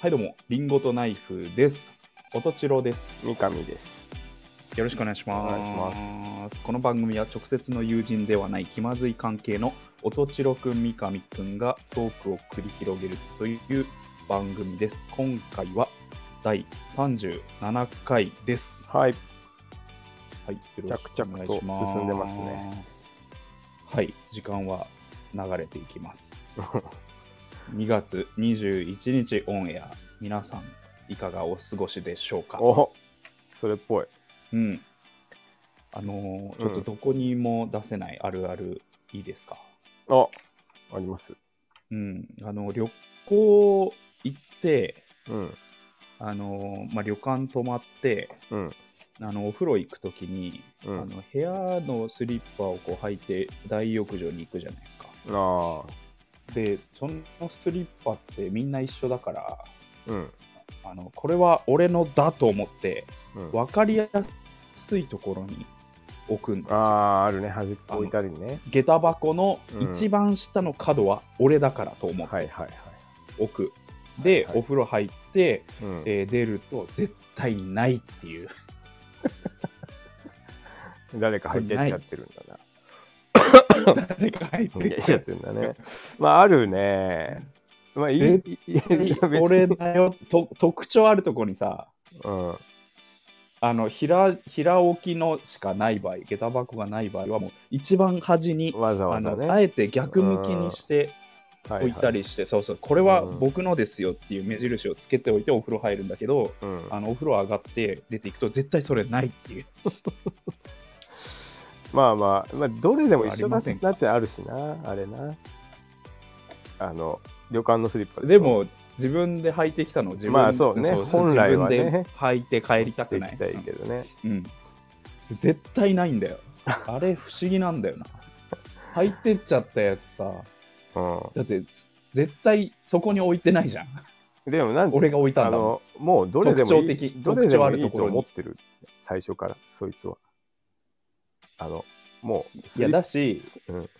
はい、どうも、リンゴとナイフです。おとちろです。三上です。よろしくお願いします。お願いしこの番組は直接の友人ではない気まずい関係のおとちろくん、三上くんがトークを繰り広げるという番組です。今回は第37回です。はい。はい、よろしくお願いし着々と進んでますね。はい、時間は流れていき ます。2月21日オンエア、皆さん、いかがお過ごしでしょうか。おそれっぽい。うん。あのーちょっとどこにも出せないあるあるいいですか。ああります。うん。あの、旅行行って、うん。あのーまあ、旅館泊まって、うん。あの、お風呂行くときに、うあん。の、部屋のスリッパをこう履いて大浴場に行くじゃないですか。ああ。で、そのスリッパってみんな一緒だから、うん。あの、これは俺のだと思って、うん、あわかりやすいところに置くんですよ。あー、あるね。端っこ置いたりね。下駄箱のうん一番下の角は俺だからと思ってはいはいはい。置く、で、はいお風呂入って、うん、えー出ると絶対にないっていう誰か入ってっちゃってるんだな。誰か入っ入って てっちゃってるんだね。まあ、あるね。まあ、いい。絶いや別に俺だよと特徴あるとこにさうん。あの平平置きのしかない場合下駄箱がない場合はもう一番端にわざあわざのね。あえて逆向きにしては置いたりして、そうそうこれは僕のですよっていう目印をつけておいてお風呂入るんだけど、はいうん。あのお風呂上がって出ていくと絶対それないっていうまあまあ、まあ、どれでも一緒だありませんだってあるしな、あれな。あの、旅館のスリッパしょで、も自分で履いてきたのを自分まあそうね本来はね自分で履いて帰りたくでなきいたいけどね。うん、絶対ない んだよあれ不思議なんだよな履いてっちゃったやつさうだってつ絶対そこに置いてないじゃん ん。でもなん俺が置いたあんだもんの、もうどれでもいい特徴的どれでもいい特徴あるとことろに思ってる。最初から、そいつは。あの、もう、いやだしうん、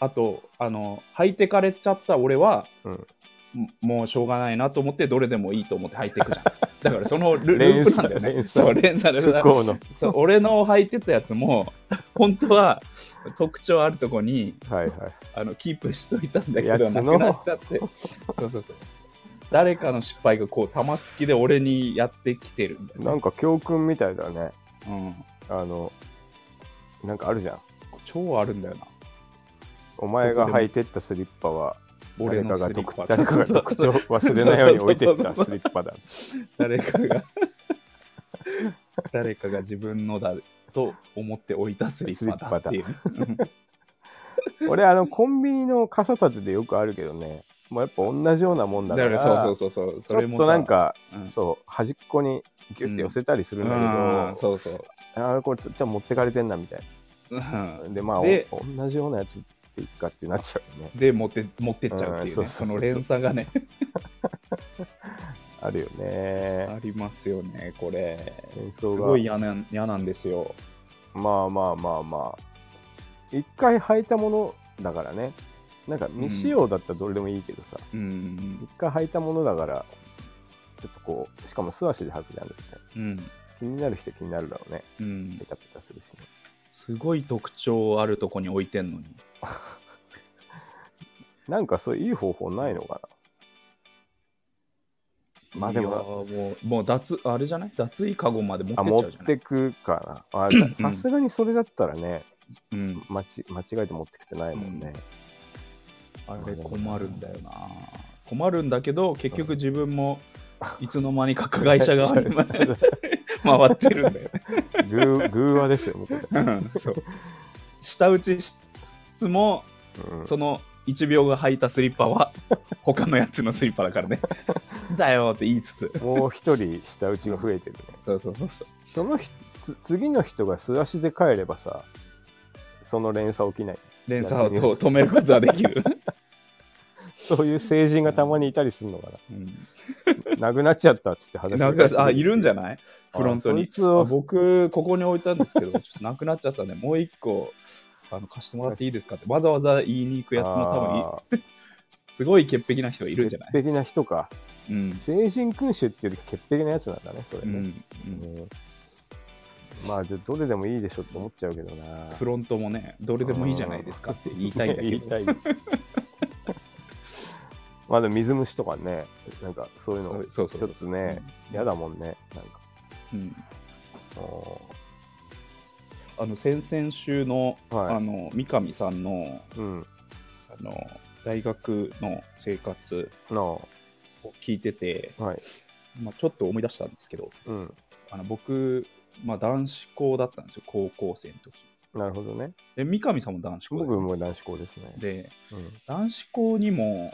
あとあの履いてかれちゃった俺は、うんももうしょうがないなと思ってどれでもいいと思って履いてい くじゃんだからそのルル連ープなん鎖だよね連鎖そう連鎖で向こうの。そう俺の履いてたやつも本当は特徴あるとこにはいはあのキープしといたんだけやどつなのくなっちゃってそうそうそう誰かの失敗がこう玉突きで俺にやってきてるんだい。なよ、ねんか教訓みたいだね。うん、あの、なんかあるじゃん。超あるんだよなお前が履いてったスリッパは、俺誰のかスがリ特ッパ誰かがそう特そうそ徴う忘れないように置いてったスリッパだ。誰かが誰かが自分のだと思って置いたスリッパだっていう 俺あのコンビニの傘立てでよくあるけどねもうやっぱ同じようなもん だだかかららそうそうそうそうそれちょもっさとなんか、うんそう端っこにギュッて寄せたりするんだけうんど、そうそうあれこれちょっと持ってかれてんなみたいうんなでまあおで同じようなやつっていくかってなっちゃうよね で持って持ってっちゃうっていうね、うんそうそそうそうそうの連鎖が ねあるよねありますよねこれ演す奏ごいが嫌なん嫌なんですよまあまあまあまあ一回履いたものだからねなんか未使用だったらどれでもいいけどさ、うん一回履いたものだからちょっとこうしかも素足で履くじゃんだっうてん気になる人気になるだろうねうんペタペタするしねすごい特徴あるとこに置いてんのになんかそういい方法ないのかなまあでいやも、ーもうもう脱あれじゃない脱衣かごまで持ってあ、っ持ちゃうっじゃないてくかな。 あんさすがにそれだったらね、うん、間ち間違えて持ってきてないもんね。あれ困るんだよな困るんだけど結局自分もいつの間にか加害者側 に回ってるんだよねぐーぐーわですよ、向こうで。うんそう舌打ちしつつもうんその1秒が履いたスリッパは他のやつのスリッパだから ね。だよって言いつつ。もう一人下打ちが増えてるね。そうそうそうそう。そのひつ次の人が素足で帰ればさ、その連鎖起きない。連鎖をと止めることはできる。そういう成人がたまにいたりするのかな。なくなっちゃったっつって話なんか、あ、いるんじゃいないフロントあにそい。つをあ僕、ここに置いたんですけど、ちょっとなくなっちゃったんで、もう一個、あの貸してもらっていいですかって、わざわざ言いに行くやつも多分いあーすごい潔癖な人いるじゃない。潔癖な人か。うん。聖人君主っていうより潔癖なやつなんだね、それうね。ん。うんうんまあ、じゃあどれでもいいでしょって思っちゃうけどな。フロントもね、どれでもいいじゃないですかって言いたいんだけ言いど、たい まあでも水虫とかね、なんかそういうの、そうそうちそょうっとね、嫌だもんね。なんかうん、うあの先々週の,、はいあの三上さんのん。あの大学の生活の、を聞いてて、はい。まあ、ちょっと思い出したんですけどうん。あの僕、まあ、男子校だったんですよ高校生の時なるほどね。で三上さんも男子校だ僕も男子校ですね。で男子校にも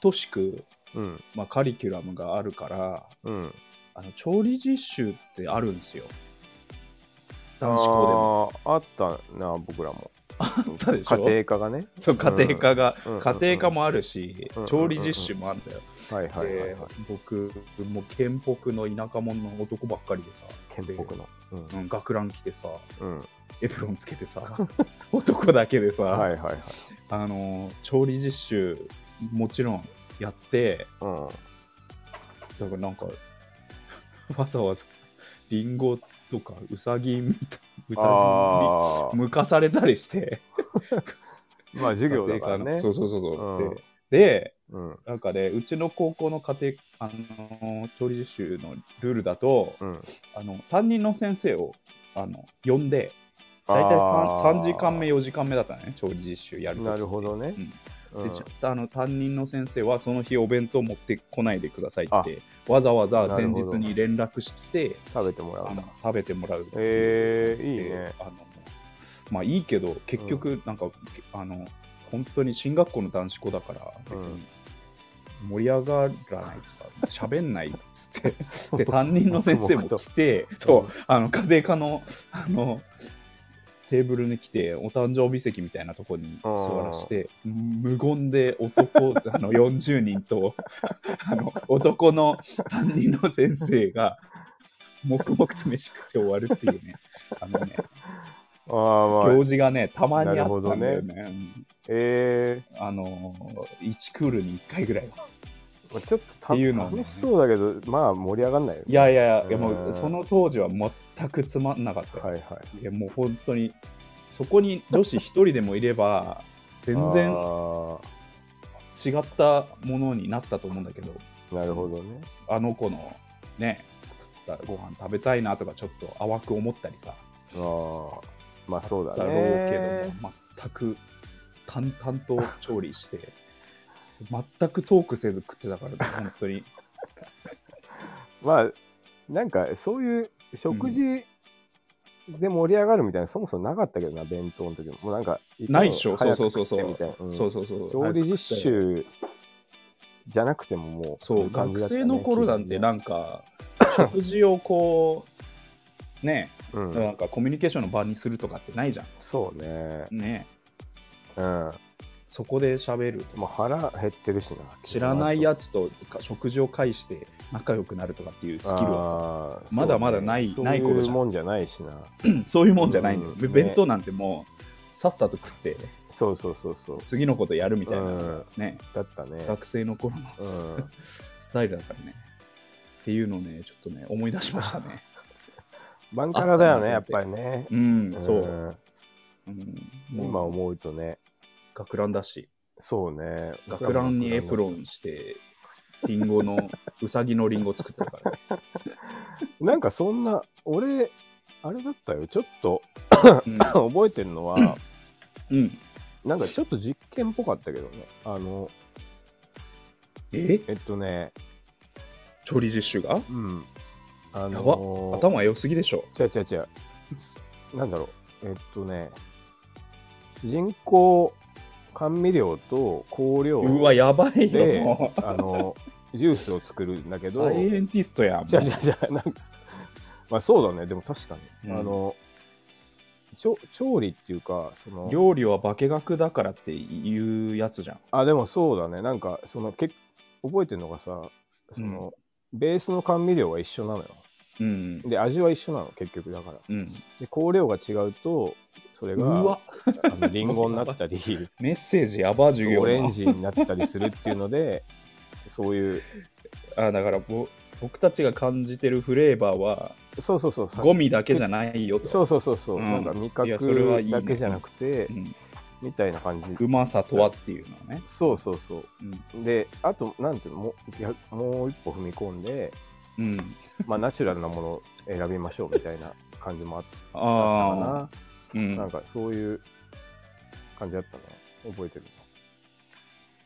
等しく、うん。うん。まあ、カリキュラムがあるからうん。あの調理実習ってあるんですよ男子校でもあーあったな、僕らも。あったでしょ家庭科がね。そう家庭科が、うんうん家庭科もあるし、うん調理実習もあるんだよ、はいはいはい、ではい。僕もう県北の田舎者の男ばっかりでさ県北の。うんで、うん、学ラン着てさうん。エプロンつけて さ男だけでさ、はいはいはい。あの調理実習もちろんやってうん。だからなんかわざわざリンゴとかウサギみたいウサあギにむかされたりしてあ。まあ授業だか家ら庭科のね。そうそうそうそう、うんででうん。なんかね、うちの高校の家庭、あのー調理実習のルールだと、うん。あの担任の先生をあの呼んで、大体 3, 3時間目、4時間目だったのね、調理実習やるときなるほどね。でうんちょあの担任の先生はその日お弁当持ってこないでくださいあって、わざわざな前るほ日どに連絡して、食べてもらあうんのだ。食べてもらうっていうええいいねで。あのまあいいけど結局なんか、けあの本当に進学校の男子校だから別に盛り上がらないっつうか喋んないっつ ってで担任の先生も来てそうあの家庭科のあのテーブルに来てお誕生日席みたいなとこに座らして無言で男 あの40人と あの男の担任の先生が黙々と飯食って終わるっていうねあのねああ、まあ行、事がね、たまにあったんだよね。うんええあのー、1クールに1回ぐらいは。まあちょっとたっていうのはね楽しそうだけど、まあ盛り上がんないよね。いやいやいや、うんもうその当時は全くつまんなかったよ。はいはい。い、やもう本当に、そこに女子1人でもいれ ば、全然あ違ったものになったと思うんだけど、ーなるほどね。あの子のね、作ったご飯食べたいなとか、ちょっと淡く思ったりさ、ああ、まあそうだろうけね。ども、全く淡々と調理して、全くトークせず食ってた からね、本当に。まあ、なんかそういう食事で盛り上がるみたいな、そもそもなかったけどな、弁当の時も。もうなんか、ないっしょ、そう早くそうそうそう。食ってみたいなそうそうそう。調理実習じゃなくてももうそう、い感じ学だったね生の頃なんて、なんか、食事をこう、ね、うんなんかコミュニケーションの場にするとかってないじゃそうねん。ね、うんまそこで喋るとあ腹減ってるしな知らないやつとか食事を介して仲良くなるとかっていうスキルははまだまだないないそう頃いじゃうんもんじゃないしなさ、そういうもんじゃないんだよ。うんね弁当なんてもう、さっさと食って、そうそうそうそう次のことやるみたいな、うんね、だったね学生の頃のうスんタイルだからね。っていうのをね、ちょっとね、思い出しましたね。バンカラだよねあやっったぱりねうん、そう。んうん、今もう思うとね学ランだし、そうね学ランにエプロンして、リンゴの、うさぎのリンゴ作ってたからね。なんかそんな俺あれだったよちょっと う覚えてるの はん。うん、なんかちょっと実験っぽかったけどねあのええっとね調理実習がうん。あやのー、頭良すぎでしょ。違う違う違う。なんだろう。えっとね、人工甘味料と香料うわ、やばいよ、で、もう。あの、ジュースを作るんだけど、サイ違う違うエンティストやん。もう違う、なんか、まあそうだね、でも確かに。うんあの、ちょ調理っていうか、その、料理は化学だからっていうやつじゃん。あ、でもそうだね、なんか、その、け覚えてるのがさ、その、ベースの甘味料は一緒なのよ。うん。で、味は一緒なの、結局だから。うん。で香料が違うとそれうがわあのリンゴになった りそメッセージやばう授業オレのンジになったりするっていうのでそういうあだからぼ僕たちが感じてるフレーバーはそうそうそうさゴミだけじゃないよとそうそうそうそう、うんなんか味いやそれはいいね覚だけじゃなくてうんみたいな感じうまさとはっていうのはね、そうそうそうんうであとなんていうのもういやもう一歩踏み込ん でうん、まあナチュラルなものを選びましょうみたいな感じもあっあったあかなあ、うん、なんかそういう感じだったね。覚えてる。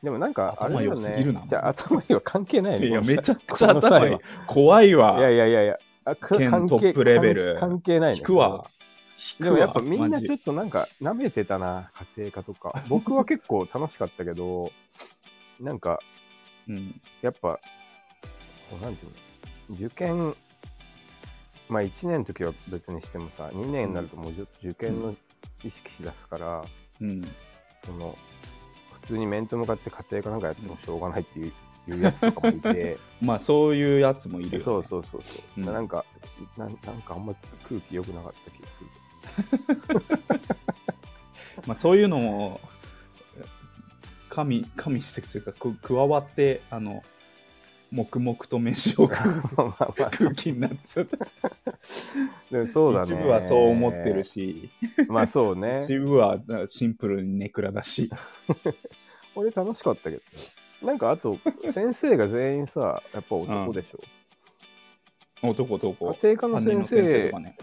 でもなんか、あれだよ頭良すぎるなね。じゃあ頭には関係ないね。いやこの際めちゃくちゃ頭この際は怖いわいやいやいやいや。あか県関係トップレベル関関係ないね。引くわそれは。でもやっぱみんなちょっっとなんか舐めてたな、家庭科とか。僕は結構楽しかったけど、なんかと、うんやっぱ、こうなんていうの、受験、まあ1年の時は別にしてもさ、2年になるともうちょっと受験の意識しだすから、うん、その普通に面と向かって家庭かなんかやってもしょうがないっていう,、いうやつとかも いてまあそういうやつもいるよ、ね、そうそうそうそう、うんなんかなんなんかあんま空気良くなかった気がす るまあ、そういうのも加味加味してというかく加わってあの黙々と飯を食うまあまあまあそ空気になっちゃった、でもそうだね一部はそう思ってるし、まあそうね 一部はシンプルにネクラだし、俺楽しかったけどなんかあと先生が全員さやっぱ男でしょ、男とこ家庭科の担任の先先生生とかね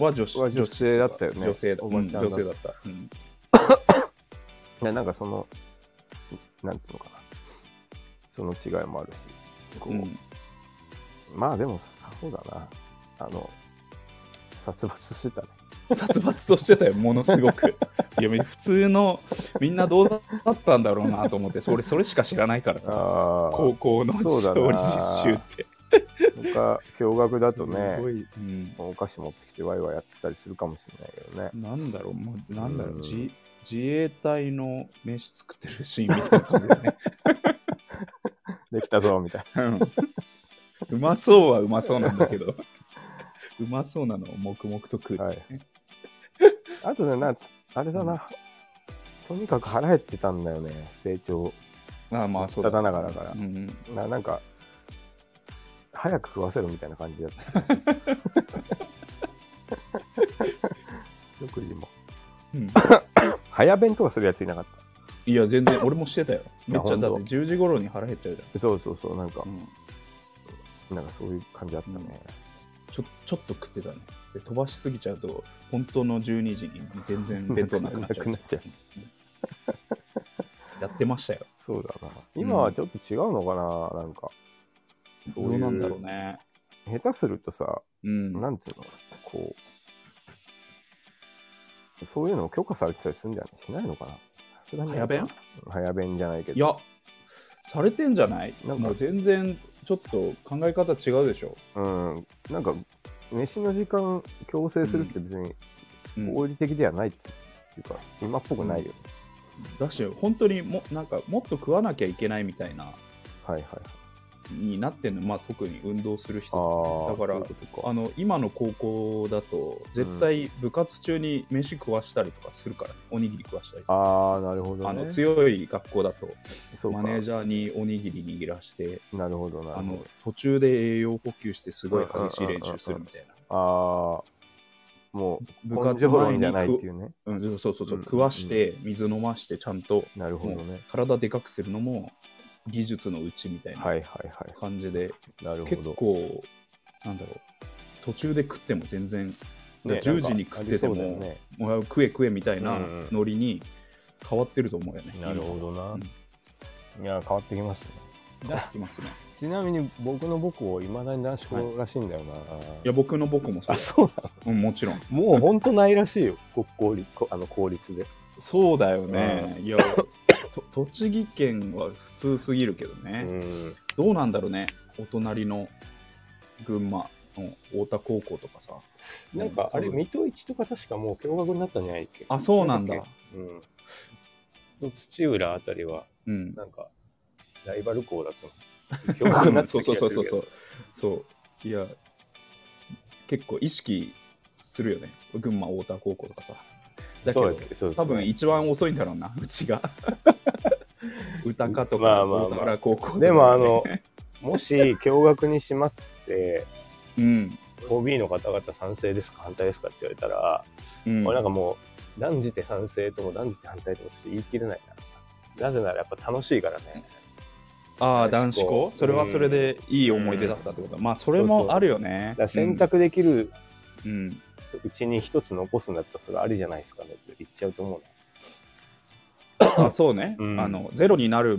は女子は女性だったよね女性だ、おうばん、ちゃんだ女った性だった、うんねなんかそのなんていうのかなその違いもあるしこう、うんまあでもそうだなあの殺伐してたね殺伐としてたよ、ものすごく。いや、普通のみんなどうだったんだろうなと思って、それそれしか知らないからさ、ああ高校のそうだな調理実習って。他驚愕だとすねごい、うんお菓子持ってきてワイワイやってたりするかもしれないけどねなんだろう、もうなんだろうう、んじ自衛隊の飯作ってるシーンみたいな感じだ ね。できたぞみたいうんうまそうはうまそうなんだけど、 うまそうなのを黙々と食うっていうね。 なあとねなあれだな、とにかく腹減ってたんだよね成長まあまあ、そうだ。ただながらだからうんうんななんか早く食わせるみたいな感じだった 気がする食事もうん早弁とかするやついなかっいや、全然、俺もしてたよ。めっちゃ、だあって本10時頃に腹減っちゃうじたそうそうそうなんかゃん。う、んなんかそういう感じだったね、ちょちょっと食ってたねで飛ばしすぎちゃうと本当の12時に全然弁当なくなっちゃう なくなっちゃうやってましたよそうだな今はちょっと違うのかな、なんかどそういううなんだろうね下手するとさ、うんなんていうのこうそういうのを許可されてたりするんじゃないしないのかなさすがに早弁早弁じゃないけどいやされてんじゃないなんかもう全然ちょっと考え方違うでしょ、うんなんか飯の時間強制するって別にうん合理的ではないっていうか、今っぽくないよね、だし本当にもなんかもっと食わなきゃいけないみたいなはいはいはいになってんの、まあ、特に運動するあ人あだからそういうことかあの今の高校だと絶対部活中に飯食わしたりとかするから、おにぎり食わしたりとかああなるほどねあの強い学校だとそうかマネージャーにおにぎり握らしてなるほどなるあほのど途中で栄養補給してすごい激しい練習するみたいなああもう部根活性前論にじゃないっていくうねうんそうそうそううん食わして水飲ましてちゃんとなるほどもね体でかくするのも技術のうちみたいはないはいは感じでいなるほ結ど構なんだろう途中で食っても全然ね10時に食っててなんかありそうだよもねもう食え食えみたいなうんうんノリに変わってると思うよねなるほどなうん。いや、変わってきますね。今やってますねちなみに僕の母校、いまだに男子校らしいんだよな。いや僕の僕もそうあ、そうなうんもちろんのもう本当ないらしいよ。 国公立、こあの公立で。そうだよね、い やと栃木県は普通すぎるけどね、ん。どうなんだろうねお隣の群馬の太田高校とかさなんか、あれ、多分水戸一とか確かもう共学になったんじゃないっけあそうなんだっけうん。土浦あたりは、うんなんか、ライバル校 だったの。共学になったそう気そうがすそるうけそどうそうそういや結構意識するよね群馬太田高校とかさだけそどうですそうです多分一番遅いんだろうな、 うちが。歌かとまか、あまあまあ大田原高校とかでもあの、もし共学にしますって、 うん。 OB の方々賛成ですか反対ですかって言われたら、うん、俺なんかもう、断じて賛成とも断じて反対ともちょっと言い切れないな。なぜならやっぱ楽しいからね。ああ、男子校それはそれでいい思い出だったってこと、まあ、それもあるよね。だから選択できるうん、うんうちに一つ残すんだったらそれありじゃないですかねって言っちゃうと思うね。あそうね、うんあのゼロになる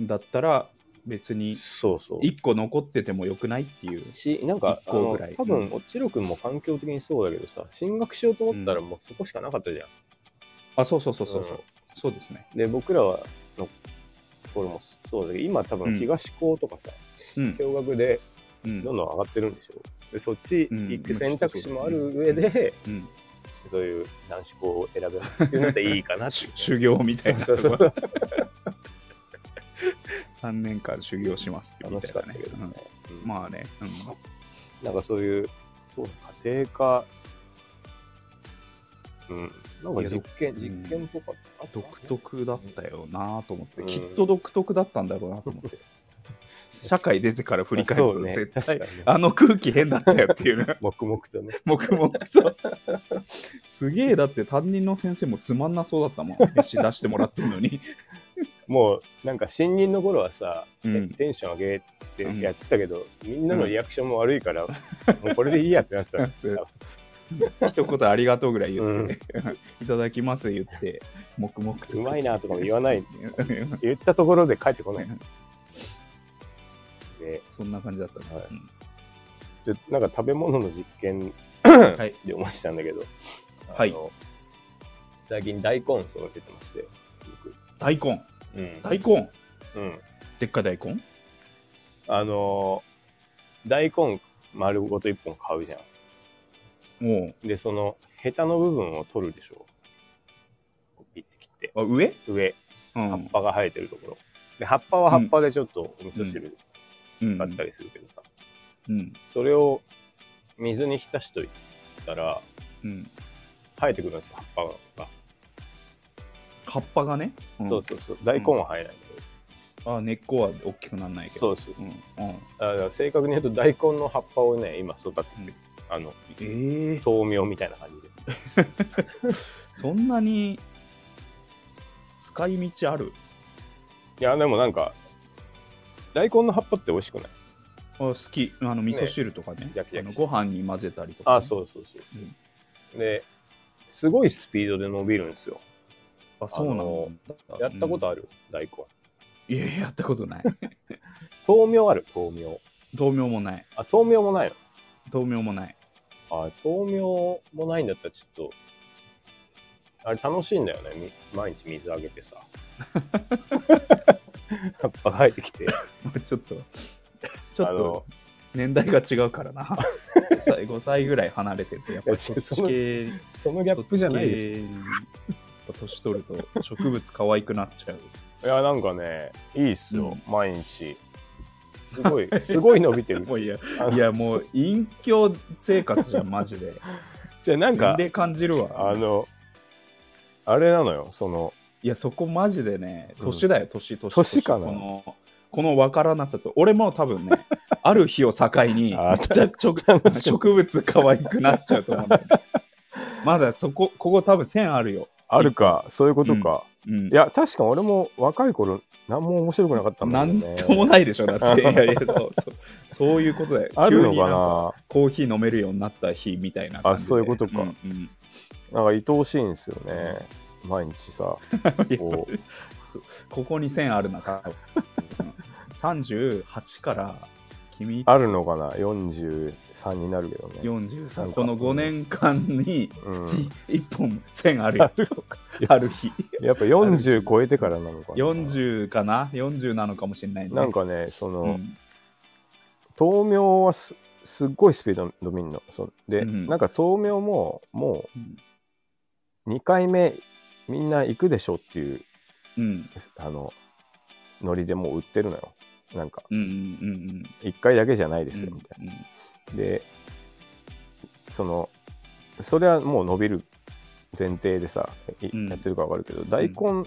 だったら別にそうそう。 1個残っててもよくないっていうし、なんか、一あ個のぐらい多うん、分おっちろくんも環境的にそうだけどさ、進学しようと思ったらもうそこしかなかったじゃん。あそうそうそうそうそう、うんそうですねで、僕らはの頃もそうだけど、今多分東高とかさ、うん共学でうんどんどん上がってるんでしょ。で、そっち行く選択肢もある上うで、うんそういう男子校を選べますっていうのでいいかなってい しう修行みたいなそう そう そう3年間修行しますってみ楽たしいかなったねけどね。ううんん、まあね、うん、なんかそういう、そう家庭科、うん、なんか実験、うん実験とかあった独特だったよなと思って、うんきっと独特だったんだろうなと 思って社会出てから振り返るそとうね絶確対、かにねあの空気変だったよっていう黙々とね。 黙々とすげえだって担任の先生もつまんなそうだったも ん飯出してもらってるのにもう、なんか新任の頃はさ、うんテテンション上げってやってたけど、みんなのリアクションも悪いから、もうこれでいいやってな ったら一言ありがとうぐらい言って、 いただきます言って黙々とうまいなとかも言わないうん言ったところで帰ってこない。で、 そんな感じだったね、はいちょっとなんか食べ物の実験うんはいで思い出したんだけど、はいあの最近大根育ててまして、僕大根うん大根うん。でっかい大根あのー大根丸ごと1本買うじゃもん。で、その、ヘタの部分を取るでしょ。こうピッて切って。うあ上、上、う葉っんぱが生えてるところ。で、葉っぱは葉っぱでちょっとお味噌汁うん使ったりするけどさ、うんそれを水に浸しといたら、うん、生えてくるんですよ、葉っぱが。葉っぱがね、んそうそうそう。大根は生えないんだけど。あ根っこは大きくならないけどそうそう、うんうん、あだから正確に言うと大根の葉っぱをね今育ててる、あのええ豆苗みたいな感じでそんなに使い道あるいやでもなんか大根の葉っぱって美味しくないあ好きあの味噌汁とかね焼きあ焼のきご飯に混ぜたりとか、あそうそうそう、ですごいスピードで伸びるんですよあそうなのやったことあある、大根る、いややったことない豆苗ある豆苗豆苗もないあ豆苗もない豆苗もない のあ豆苗もないんだったらちょっとあれ楽しいんだよねみ毎日水あげて さ葉っぱが生えてきてまあちょっとちょあっのと年代が違うからな 5, 歳ぐらい離れててやっぱりそっち系そのギャップじゃないでししょょ年取ると植物可愛くなっちゃういや、なんかね、いいっすよ、毎日。すごい、すすごい伸びてる。 もういや あのいやもう隠居生活じゃんマジでじゃあなん年か、齢感じるわあの、あれなのよ、その、いやそこマジでねうん年だよ年年年かなこのこの分からなさと俺も多分 ねある日を境にあーじゃちょ楽しい植物可愛くなっちゃうと思うんだよねまだそこここ多分線あるよ、あるか、そういうことか。うんいや、確か俺も若い頃、何も面白くなかったんなだけどんね。ともないでしょだっていやいやそうそうそういうことだよ あるの急にかんなコーヒー飲めるようになった日みたいな感じであそういうことかんうんなんか愛おしいんですよね。毎日さ、こう、ここに線ある中、38から君あるのかな、43になるけどね。なん43かこの5年間にうん、 1本線あるよ、ある日やっぱ40超えてからなのかな。 40かな40なのかもしれないねなんかね、その、うん豆苗はすすっごいスピード伸びんの。そうで、うんなんか豆苗ももうんう2回目みんな行くでしょっていううんあのノリでもう売ってるのよ。なんかうんうんうん1回だけじゃないですうんよみたいな。でそのそれはもう伸びる前提でさ、いうんやってるから分かるけど、大根、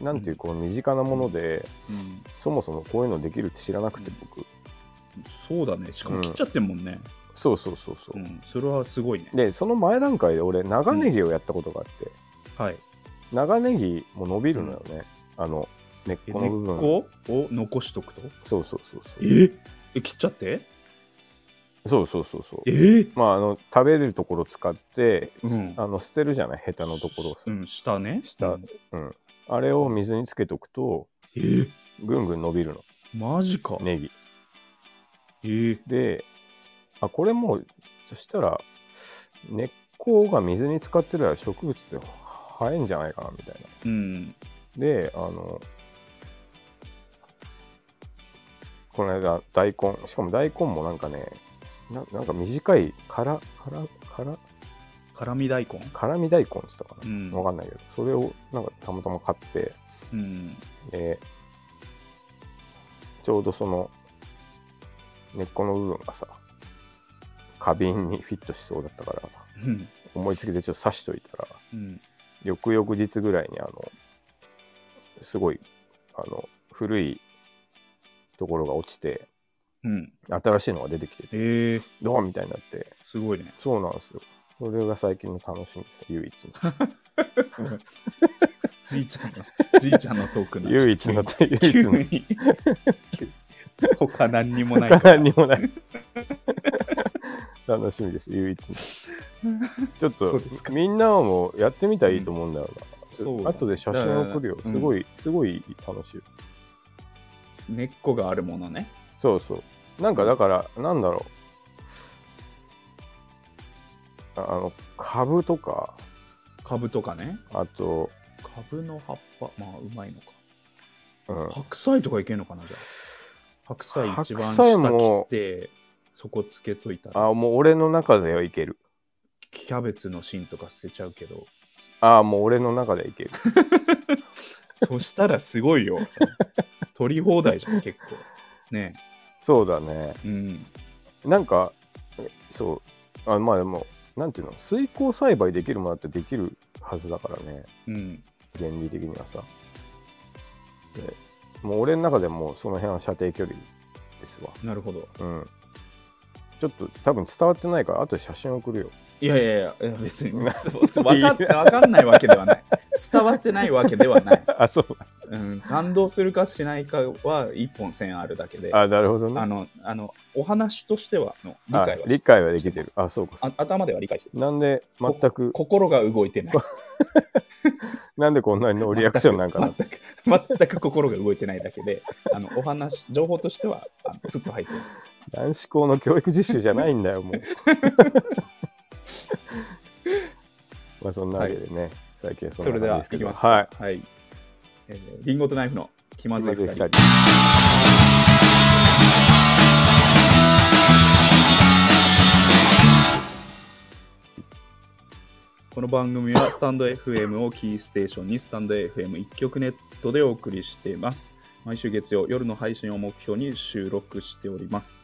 なんていう、こう、身近なもので、うん、そもそもこういうのできるって知らなくて、僕。そうだねしかも切っちゃってんもんね、そうそうそうそうう。んそれはすごいねで、その前段階で俺、長ネギをやったことがあって、はい長ネギも伸びるのよね。あの、根っえこの部分。根っこを残しとくとそうそうそうそう。ええ切っちゃってそうそうそうそう。えまあ、あの、食べれるところ使って、うんあの、捨てるじゃない、ヘタのところをさ。うん下ね下うんあれを水につけとくと、えーぐんぐん伸びるの、マジか、ネギ。えーで、あ、これもう、そしたら、根っこが水に浸かってるら植物って生えんじゃないかな、みたいな。うんで、あの、この間、大根、しかも大根もなんかね、ななんか短い、から、から、から、辛味大根辛み大根って言ったかうな。んわかんないけど、それをなんかたまたま買って、うんでちょうどその根っこの部分がさ花瓶にフィットしそうだったからうん思いつきでちょっと刺しといたらうん翌々日ぐらいにあのすごいあの古いところが落ちてうん新しいのが出てきててえーどうみたいになってすごい ねそうなんですよそれが最近の楽しみです唯一のじいちゃんのじいちゃんのトークになっちゃった唯一の唯一急のに他何にもないから何にもない楽しみです唯一のちょっそとうですみんなもやってみたらいいと思うんだよな、そうだね後で写真送るよだからすごい、すごい楽しい根っこがあるものねそうそうなんかだからなんだろうああの株とか株とかねあと、株の葉っぱまあうまいのかうん、白菜とかいけんのかなじゃあ白菜一番白下切菜もってそこつけといたらあもう俺の中ではいけるキャベツの芯とか捨てちゃうけどあもう俺の中ではいけるそしたらすごいよ取り放題じゃん結構ねそうだねえうんなんかそうあまあでもなんていうの水耕栽培できるものってできるはずだからねうん原理的にはさでもう俺の中でもうその辺は射程距離ですわなるほどうんちょっと多分伝わってないから後で写真送るよいやいやいやいや別に 分かってわかんないわけではない伝わってないわけではない、 あそううん、感動するかしないかは一本線あるだけであなるほどねあの、あの、お話としては、の理解はあ理解はできてるあそうかそうあ頭では理解してる。なんで全く心が動いて ない。なんでこんなにノーリアクションなんかな全く、全く心が動いてないだけで、あの、お話、情報としては、あのスッと入ってます。男子校の教育実習じゃないんだ よもうまあそんなわけでね、最近はそそれんなで感じは、ですいけきどます。はいい。はい。えーリンゴとナイフの気まずい二人。この番組はスタンド FM をキーステーションにスタンド FM 一曲ネットでお送りしています。毎週月曜夜の配信を目標に収録しております。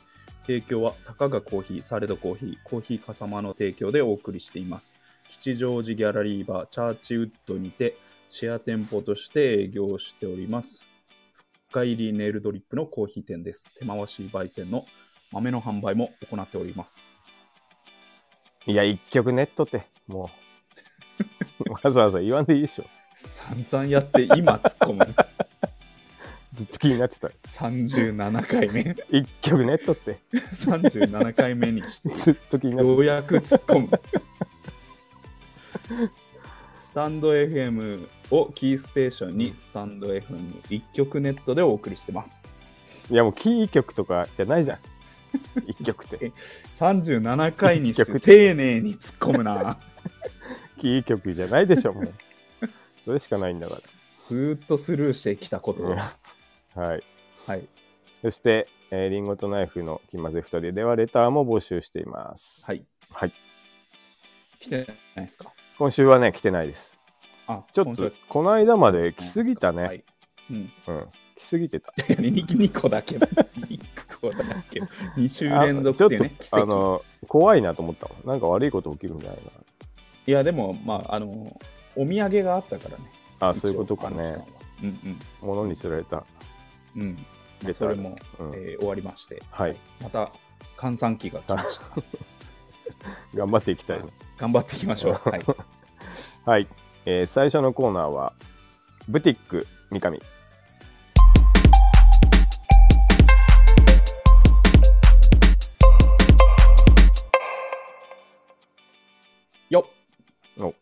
提供はたかがコーヒー、サレドコーヒー、コーヒーかさまの提供でお送りしています。吉祥寺ギャラリーバーチャーチウッドにてシェア店舗として営業しております。深入りネイルドリップのコーヒー店です。手回し焙煎の豆の販売も行っております。いや、一曲ネットって、もう。 わざわざ言わんでいいでしょ。散々やって今突っ込む。ずっと気になってた。 37回 目一曲ネットって、 37回目にしてずっと気になってようやく突っ込むスタンド FM をキーステーションにスタンド FM 一曲ネットでお送りしてますた。いや、もうキー曲とかじゃないじゃん。一曲って。 37回にして一曲丁寧に突っ込むなキー曲じゃないでしょ、もう。それしかないんだかずーっとスルーしてきたことを、うんら。はい。はい、そして、えーリンゴとナイフの気まずい二人ではレターも募集しています。はい、はい。来てないですか今週はね、来てないです。あちょっ今週と、この間まで来すぎたはね。いうん、 うん。来すぎてた。 2, 個だけだ2個校だっけ2週連続っていうねあ奇ちょっとあ跡の怖いなと思ったもんなんか悪いこと起きるんじゃないかいやでもまああのお土産があったからねなあそういうことか一応あねの期間はものに捨てられたうんうんうんレタそーれも、うんえー終わりましてはいまた閑散期が来ました 頑張っていきたいね頑張っていきましょうはいはい、えー最初のコーナーはブティック三上よっの、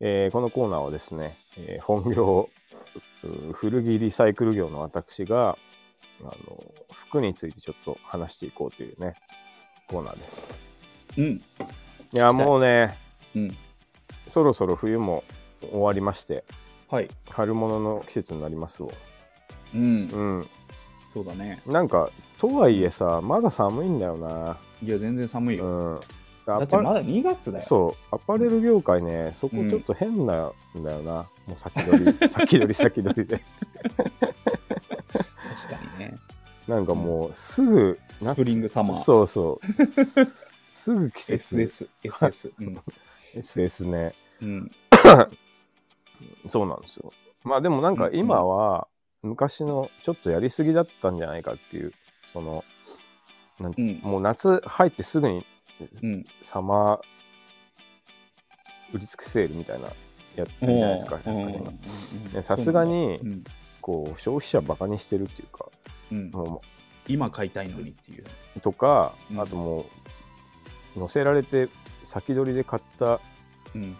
えーこのコーナーはですね、えー本業う古着リサイクル業の私があの服についてちょっと話していこうというねコーナーですうんいやもうねうんそろそろ冬も終わりましてはい春物の季節になりますをうんうんそうだねなんかとはいえさまだ寒いんだよないや全然寒いよ、うんだってまだ2月だよそうアパレル業界ねそこちょっと変なんだよな、もう先取 り先取り先取りで確かにねなんかもうすぐスプリングサマーそうそ うすすぐ季節 SSSS うん、 SS ねうん、そうなんですよまあでもなんか今は昔のちょっとやりすぎだったんじゃないかっていうそのなんて、うんもう夏入ってすぐにうん、サマー売り尽くセールみたいなやってるじゃないですかうんなんか今うんねさすがにうんこう消費者バカにしてるっていうかうんも今買いたいのにっていううとか、うんあともう載せられて先取りで買ったうん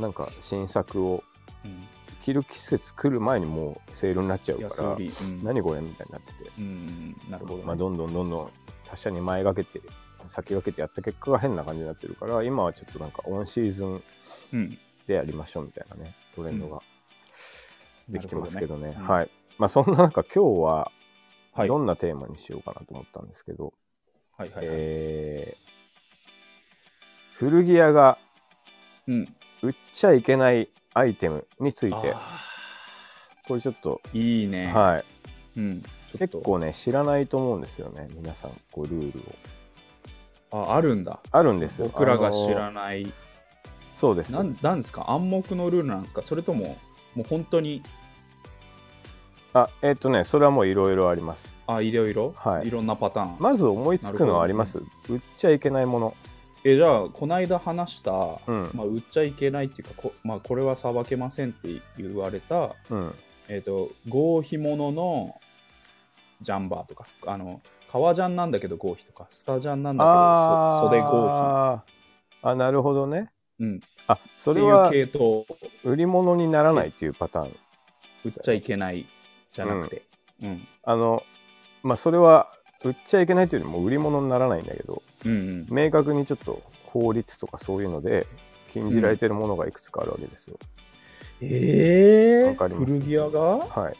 なんか新作をうん着る季節来る前にもうセールになっちゃう安から売りうん何これみたいになってて、うんなるほどねまあ、どんどんどんどん他社に前掛けて先駆けてやった結果が変な感じになってるから今はちょっとなんかオンシーズンうんでやりましょうみたいなねトレンドができてますけどね,、なるほどねうんはい、まあ、そんな中今日ははいどんなテーマにしようかなと思ったんですけど、はいはいはいえー古着屋がうん売っちゃいけないアイテムについてあこれちょっと、ーいいねはういんちょっ結と構ね知らないと思うんですよね皆さんこうルールをああるんだあるんですよ僕らが知あのらないそうですなんなんですか暗黙のルールなんですかそれとももう本当にあえっ、とねそれはもういろいろありますあいろいろ、はいいろんなパターン、まず思いつくのはあります、売っちゃいけないものえじゃあこの間話した、うんまあ、売っちゃいけないっていうかこ,、まあ、これはさばけませんって言われた、うんえー、と合皮物のジャンバーとかあの革ジャンなんだけど合皮とかスタジャンなんだけあどそ袖合皮あなるほどね皮、うん、っあそてれはいう系統売り物にならないっていうパターン売っちゃいけないじゃなくて、うんあのまあそれは売っちゃいけないというよりも売り物にならないんだけどうんうん、明確にちょっと法律とかそういうので禁じられてるものがいくつかあるわけですよ、えわかります古着屋がはい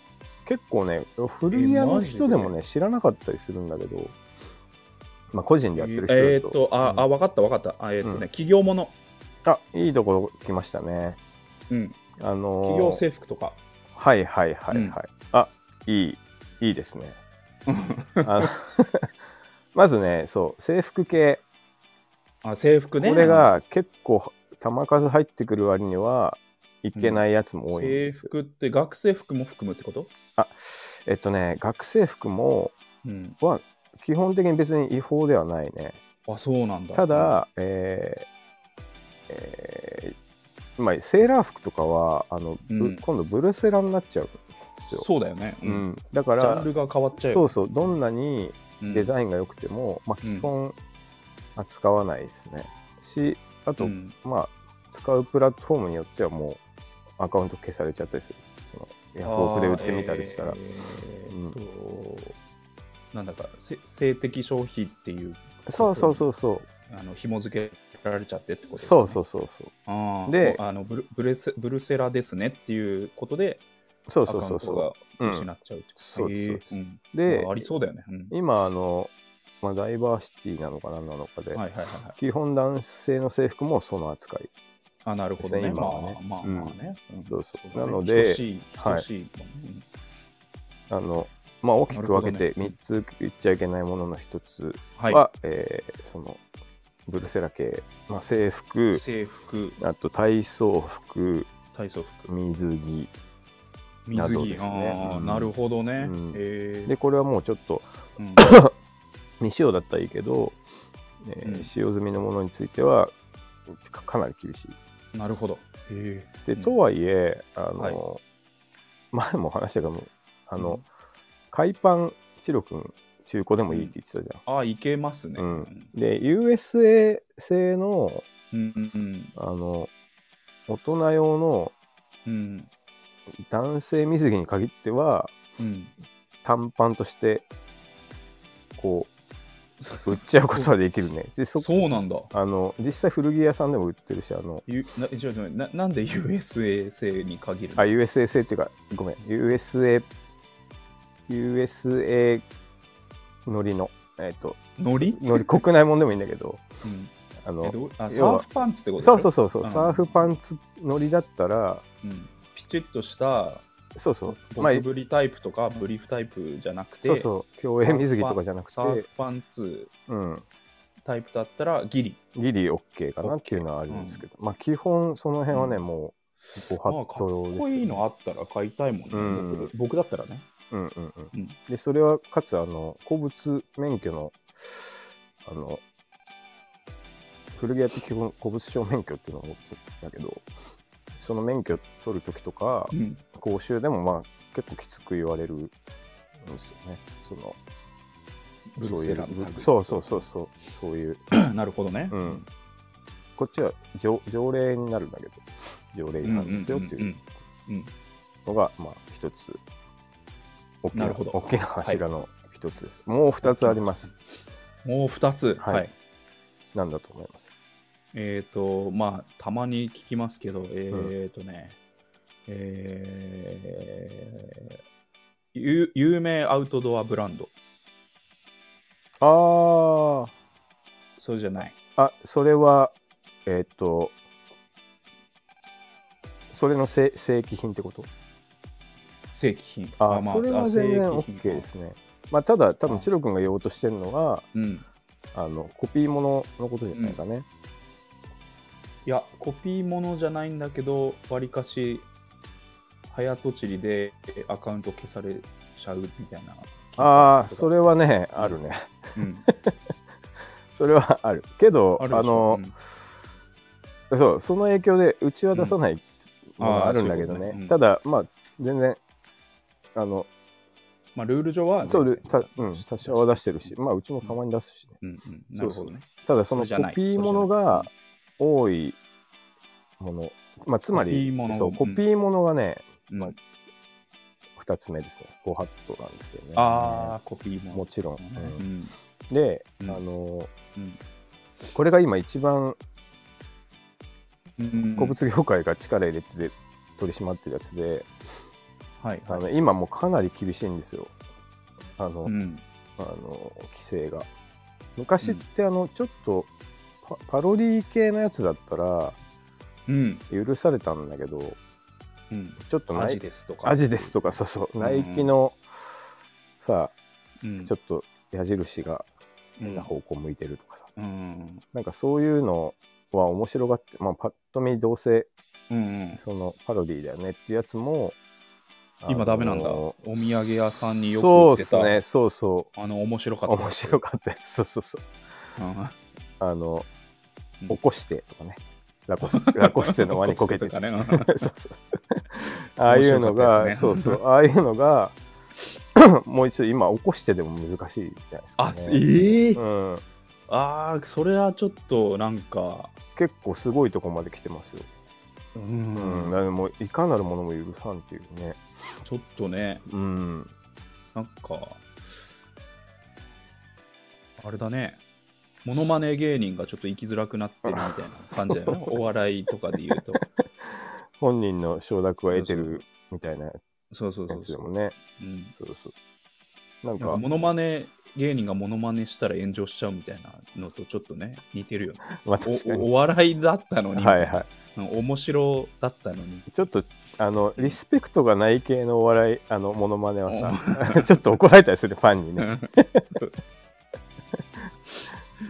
結構ね古着屋の人でもね知らなかったりするんだけどまあ個人でやってる人だえーっと、あ、あ、分かった分かった。あえーっとね、うん企業もの、あいいところ来ましたねうん、あのー企業制服とか。はいはいはいはい、うんあいいいい ですねあの まずねそう制服系あ、制服ね。これが結構球数入ってくる割にはいけないやつも多い制んですよ、服って学生服も含むってことあえっとね学生服もうん。は基本的に別に違法ではないねあ、そうなんだ。た、だ、えーえーまあ、セーラー服とかはあの、ぶうん今度ブルセラになっちゃうんですよそうだよね。う。うんん、だかジャらンルが変わっちゃうよそうね。そうどんなにうんデザインが良くても、まあ、うん基本扱わないですね、しあと、うんまあ、使うプラットフォームによってはもうアカウント消されちゃったりするそのヤフオクで売ってみたりしたら、あーえーっと、なんだか、せ性的消費っていう、そうそうそうそう、あの、紐付けられちゃってってことですね。そうそううそうそうあーであのブルブレセブルセラですねっていうことでそうアそうカウそンうトそがう、うん失っちゃうってことそうですへーそうですんで、まあ、ありそうだよね。うん今あの、まあ、ダイバーシティなのか何なのかで、はいはいはいはい。基本男性の制服もその扱いあ、なるほどね。ですまね今あはねまあうんまあね。うんそうそうだねなので等しい、はい等しいもんね。あのまあ、大きく分けなるてほどね3つ言っちゃいけないものの1つはは、い。えーそのブルセラ系、まあ、制服制服、あと体操服体操服、水着な水ど着。ですねああ、うんなるほどね。うんえでこれはもうちょっとうん未使用だったらいいけど、えーうん使用済みのものについてはかかなり厳しいなるほど。えでうんとはいえあの、はい前もお話したかもあうのん海パンチロ君中古でもいいって言ってたじゃん、ああ、いけますね。うんで USA 製のうんうんあの大人用のうん男性水着に限ってはうん短パンとしてこ う売っちゃうことはできるねでそそうなんだ。あの実際古着屋さんでも売ってるしあのゆなちょちょななんで USA 製に限るあの USA 製っていうかごめん USA USA 乗りのえっ、とノリ、乗り国内もんでもいいんだけどうん、あえのどうあサ要ーはフパンツってことそうそうう、そうそう、んサーフパンツ乗りだったらうん、ピチッとしたそうそうまあ僕ブリタイプとかブリーフタイプじゃなくて、そうそう競泳水着とかじゃなくサーてフパンツうんタイプだったらギリギリ OK かなっていうのはあるんですけど、まあ基本その辺はね、うんもうまごあ法かっ度ですよこねいいのあったら買いたいもんね、うん僕僕だったらねうんうんうんうんでそれはかつあの鉱物免許のあの古着屋って基本古物商免許っていうのを持ってたけどその免許取る時とかうん講習でもまあ結構きつく言われるんですよねそのブそういルセうラのタグそうそうそうそうそういうなるほどね、うんこっちは条条例になるんだけど条例違うんうん反うんですよっていううんうんのが、まあ、一つ大きななるほど大きな柱の一つです、もう二つありますもう2つはいなんだと思いますえっ、と、まあ、たまに聞きますけど、えっ、とね、えーゆ有名アウトドアブランド、あーそうじゃない。あそれはえーっとそれの正正規品ってこと正規品。あ、まそれは全然あ OK ですねまあただ多分チロ君が言おうとしてるのはうん。あのコピーもののことじゃないかね、いや、コピーものじゃないんだけど、わりかし、早とちりでえアカウント消されちゃうみたいな。ああそれはねあるねうん。それはあるけどあるでしょ あの、うんそう、その影響で、うちは出さないのあーがあるんだけどそういうね。ことねうんただ、まあ、全然、あの、まあ、ルール上は、そう、たうん、多少は出してるし、まあ、うちもたまに出すしね。うんうん、なるほどね。ただ、そのそれじコゃないピーものが多いもの、まあ、つまコピーりもの、そう、うんコピーものがね、うんまあ2つ目ですね。ご法度なんですよね。ああ、コピーもの。もちろん。ううんん。で、あうんの、うんこれが今一番うん古物業界が力入れて取り締まってるやつで、はい、あはいの今もうかなり厳しいんですよあの、うん、あの規制が昔ってあの、ちょっとパパロディ系のやつだったらうん、許されたんだけどうん、ちょっとアナイジですとか、アジですとかそうそう、うんナイキのさうん、ちょっと矢印がう変んな方向向いてるとかさ、うん、なんかそういうのは面白がって、まあ、パッと見どうせうん、うん、そのパロディだよねっていうやつもあ今のダメなんだ。お土産屋さんによくそ売うっでてすた、ねそうそうあの面白かった。面白かったやつ、そうそうそう。あのうん、起こしてとかね、ラコス ラコステの 輪にこけてとかね。 そうそうああいうの面白かっが、たやつねそう そう、ああいうのが、 もう一度今、起こしてでも難しいじゃないですか、あね。、ええうん、ああ、それはちょっとなんか、結構すごいとこまで来てますよ。ううん、んだからもういかなるものも許さんっていうね。ちょっとね、うん、なんか、あれだね。モノマネ芸人がちょっと生きづらくなってるみたいな感じだよね。お笑いとかで言うと。本人の承諾は得てるみたいなやそうそうそつでう。もね、うんそうそう。ななんんかか、モノマネ芸人がモノマネしたら炎上しちゃうみたいなのとちょっとね、似てるよね。まあ 確おかおに。お笑いだったのに、はいうはい。ん面白だったのに。ちょっとあのリスペクトがない系のお笑いあのモノマネはさ ちょっと怒られたりするファンにね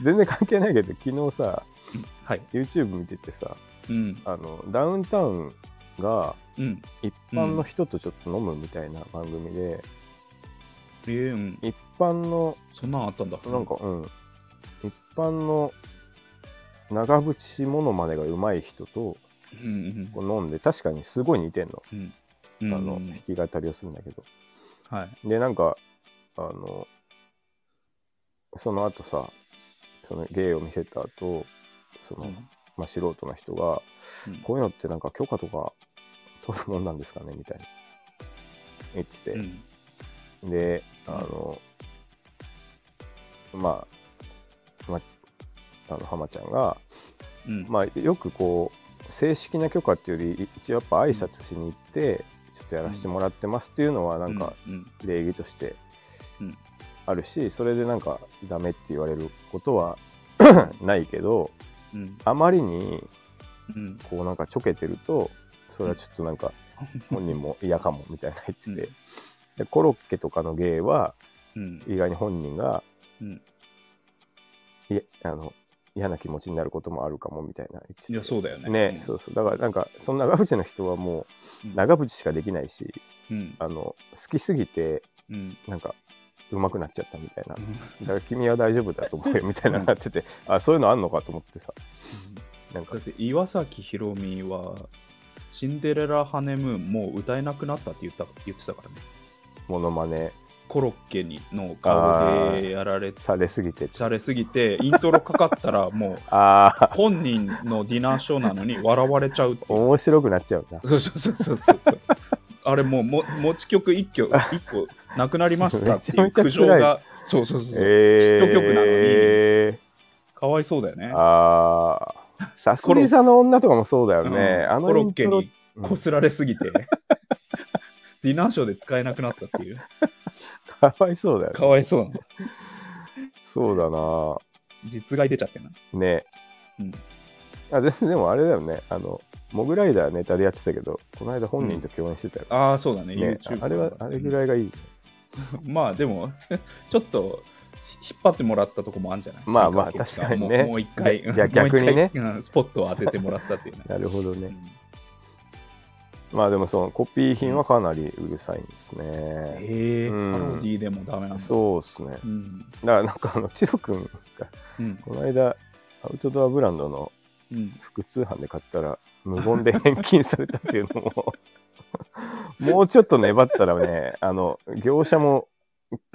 全然関係ないけど昨日さ はい。 YouTube 見ててさうん。あのダウンタウンがうん。一般の人とちょっと飲むみたいな番組で、えーうん。一般のそんなんあったんだ。なんかうん一般の長渕モノマネが上手い人とうん、うんこう飲んで確かにすごい似てんの,、うん。うん。あのうん弾き語りをするんだけどはい。で、なんか、あの、その後さ、その芸を見せた後、その、うんまあ、素人の人が、うんこういうのってなんか許可とか取るもんなんですかねみたいな言ってて、うんで、あの、まあ、まあ、あの、浜ちゃんが、うん。まあ、よくこう正式な許可っていうより一応やっぱ挨拶しに行って、ちょっとやらせてもらってますっていうのはなんかうん、うん礼儀としてうんあるし、それでなんかダメって言われることは ないけどうんあまりにうんこうなんかちょけてるとそれはちょっとなんか本人も嫌かもみたいな言ってて、うんでコロッケとかの芸はうん意外に本人がうんいあの嫌な気持ちになることもあるかもみたいな言ってていやそうだよねね、そうそうだからなんかその長渕の人はもうんう長渕しかできないしうんあの好きすぎてうんなんか上手くなっちゃったみたいなだから君は大丈夫だと思うよみたいななってて、あそういうのあんのかと思ってさ、なんかだ、って岩崎宏美はシンデレラ・ハネムーンもう歌えなくなったって言った言ってたからねモノマネコロッケにの顔でやられてされすぎて、されすぎてイントロかかったらもうああ、本人のディナーショーなのに笑われちゃうっていう面白くなっちゃうな。そうそうそうそうそうあれもうも持ち曲一曲一個なくなりましたっていうめちゃ苦めちゃ辛情いがそうそうそうそう、えヒット曲なのにえかわいそうだよねー、ああ、さすり座の女とかもそうだよね。うんあコのイロッントケロにこすられすぎ て、ディナーショーで使えなくなったっていうかわいそうだよ、かね。わいそうなそうだな。実害出ちゃってなね、うんあで。でもあれだよね、あの、モグライダーネタでやってたけど、この間本人と共演してたよ。ああそうだねね YouTube あれは、あれぐらいがいい。 まあでも ちょっと引っ張ってもらったとこもあるんじゃないまあまあなん結果確かにねもうもう一回いや逆にねもう一回うんスポットを当ててもらったっていうねなるほど ね。うんまあでもそのコピー品はかなりうるさいんですね。ええうんパロディでもダメなんだそうですね。うんだからなんかあの、チロ君がうんこの間アウトドアブランドのうん服通販で買ったら無言で返金されたっていうのも もうちょっと粘ったらね、あの、業者も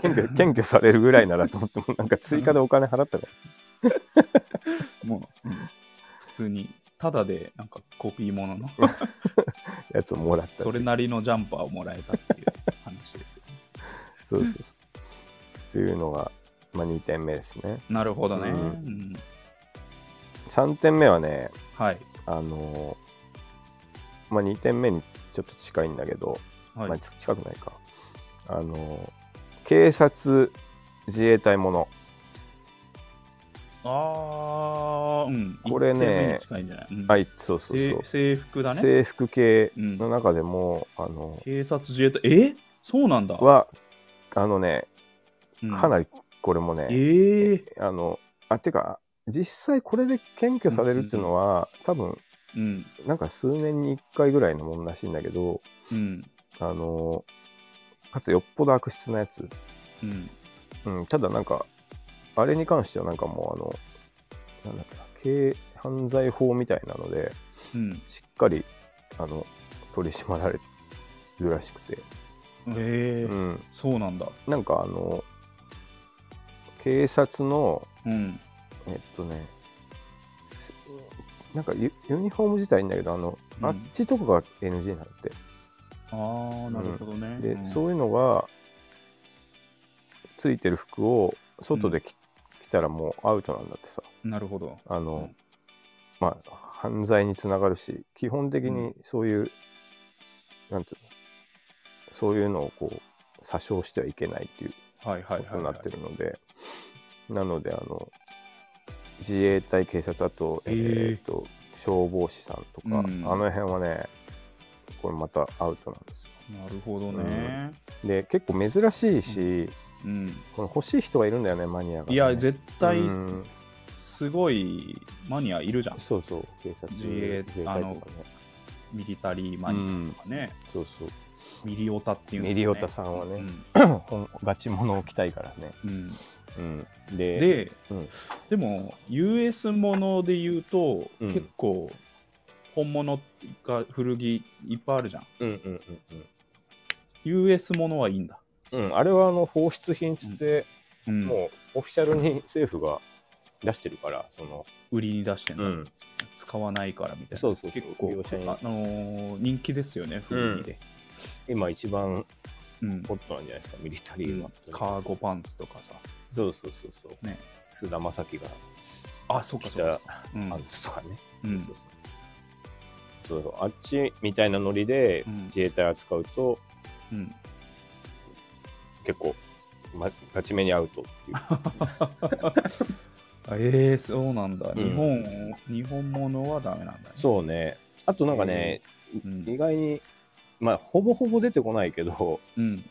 検挙検挙されるぐらいならと思ってもなんか追加でお金払ったかもう、うん普通にただでなんかコピーもの のらやつをもらったそれなりのジャンパーをもらえたっていう話ですよねそうそうそう。っていうのが、まあ、2点目ですね。なるほどね、うんうん3点目はね、はいあのーまあ、2点目にちょっと近いんだけど、はい、まあ、ち近くないか、あのー警察自衛隊ものああうんこれ一点ね目に近いんじゃない、うんはいそうそう制そう、制服だね制服系の中でも、あの警察自衛隊えそうなんだ、はあのねうんかなりこれもね、ええあのあてか実際これで検挙されるっていうのは、多分うんなんか数年に1回ぐらいのものらしいんだけどうんあのーかつよっぽど悪質なやつうんうん、ただなんか、あれに関してはなんかもうあの、なんだっけな、軽犯罪法みたいなので、うんしっかり、あの、取り締まられるらしくて、ええうん、そうなんだなんかあの、警察の、うんえっとね、すなんかユユニフォーム自体いいんだけど、あの、うんあっちとかが NG なんて。ああなるほどね、で、うんそういうのが、ついてる服を外で着,、着たらもうアウトなんだってさ。なるほどあの、うんまあ、犯罪につながるし、基本的うにそういう、なんていうの、そういうのをこう、詐称してはいけないっていうはいはいことはい、になっはいて。るので、なので、あの、自衛隊、警察、あと、へえーーと、消防士さんとか、うんあの辺はね、これまたアウトなんですよ。なるほどね。で、結構珍しいし、うん。この欲しい人がいるんだよね、マニアがね、いや、絶対うんすごいマニアいるじゃん。そうそう、警察、自衛あのとかね。ミリタリーマニアとかね。そうそう。ミリオタっていうの、ね。ミリオタさんはねうん本ガチ物を着たいからね。うんうん、でで、うんでも US もので言うと、うん結構本物が古着いっぱいあるじゃんうんうんうん US ものはいいんだ、うんうん、あれはあの放出品っつって、うん、もうオフィシャルに政府が出してるから、その、売りに出してんの、使わないからみたいなそうそうそう結構業者にあのー人気ですよね古着で、今一番うんホットなんじゃないですか、ミリタリうーんは。カーゴパンツとかさそうそうそうそう。ね菅田将暉があそっか着そっかたうんパンツとかね。うんそうそうそうそうあっちみたいなノリでうん自衛隊扱うと、うん結構、ま、ガチめにアウトってい う。あえー、そうなんだ、うん日本日本物はダメなんだねそうね。あとなんかね、うん、意外に、まあ、ほぼほぼ出てこないけど、 うん、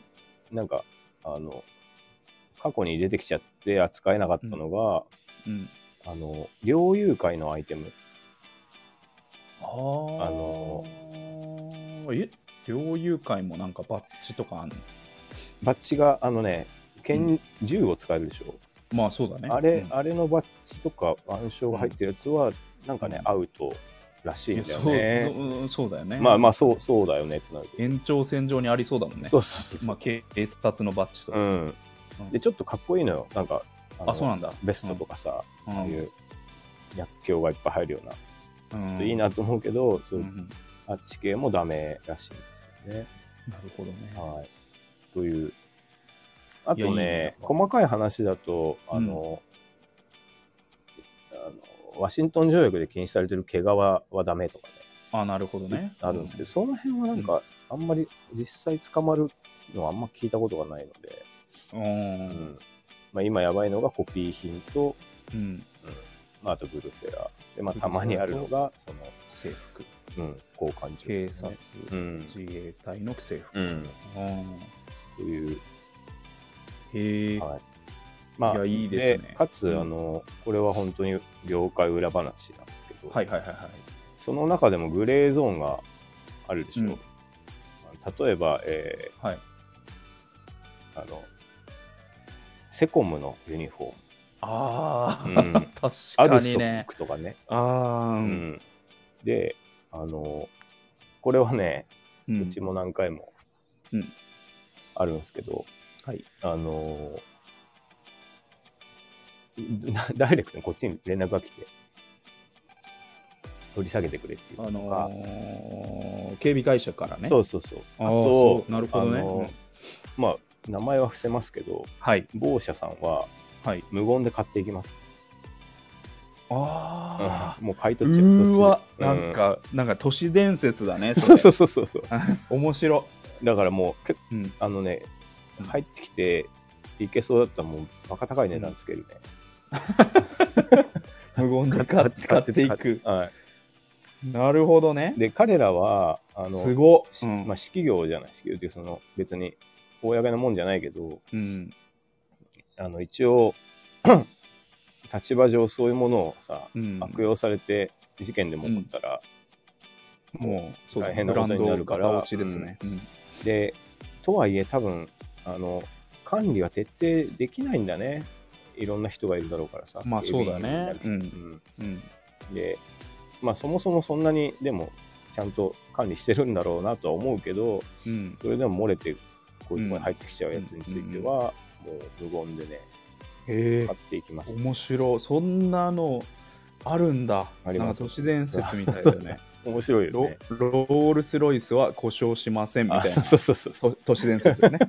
なんか、あの、過去に出てきちゃって扱えなかったのが、うん、あの、猟友会のアイテム。あーあのえ猟友会もなんかバッジとかあんのバッジが、あのね、剣、う銃を使えるでしょ。まあそうだねあれ、うんあれのバッジとか腕章が入ってるやつは、なんかね、アウトらしいいんやだよそうね。うんそうだよねまあまあ、そう、そうだよねってなるけど。延長線上にありそうだもんねそうそうそう。まあ、警察のバッジとか、うん。で、ちょっとかっこいいのよ。なんか、のあそうなんだベストとかさ。うんああいう薬莢がいっぱい入るよううな、んいいなと思うけど、そううんいうんうあっち系もダメらしいんですよね。なるほどねはい、という。あといやいいねね、細かい話だと、あの、あのワシントン条約で禁止されてる毛皮はダメとかあなるほどね、ねあるんですけど、その辺はなんか、あんまり実際捕まるのはあんま聞いたことがないので、うんうんうんまあ、今やばいのがコピー品と、うんまあ、あとブルセラーで、まあ、たまにあるのが、その、制服うん、交換所警察、うん自衛隊の制服、うん、うんという、へえ、はい。まいやいいですねかつ、うんあの、これは本当に業界裏話なんですけど、はいはいはいはいその中でもグレーゾーンがあるでしょう。うん例えば、えはいーあの、セコムのユニフォああ、ーム、 うんア確かルソにッねクとかね、ああううんんで、あの、これはね、ううちも何回もうんあるんですけど、はいあのーな ダイレクトにこっちに連絡が来て、取り下げてくれっていうあののが、ー警備会社からねそうそうそう。ああーとそ、うなるほどねあのうーんまあ、名前は伏せますけど、はい某社さんははい無言で買っていきます。ああうんもう買いう取っちゃう。そっちーでわうなんかなんか都市伝説だねそうそううそうそうそう。面白だからもう、けうんあのね、入ってきて、いけそうだったらもう、バカ高い値段つけるね。無言で買って買って いくはなるほどねい。で、彼らは、あの、すごっしうんまあ、私企業じゃない、私企業っていうその別に公のもんじゃないけど、うんあの一応、 立場上そういうものをさ、うん悪用されて事件でも起こったら、もうそうだ大変なことになるからブランドが落ちですねうんで、とはいえ多分、あの、管理が徹底できないんだね。いろんな人がいるだろうからさ。まあ警備員そうだねになるうんうんで、まあそもそもそんなに、でも、ちゃんと管理してるんだろうなとは思うけど、うんそれでも漏れてこういうところに入ってきちゃうやつについては、もう無言でねへえ買っていきます、面白いそんなのあるんだありなんかます都市伝説みた いだよね面白いよロねロールス・ロイスは故障しませんみあたいそうなそうそうそうと都市伝説よ ね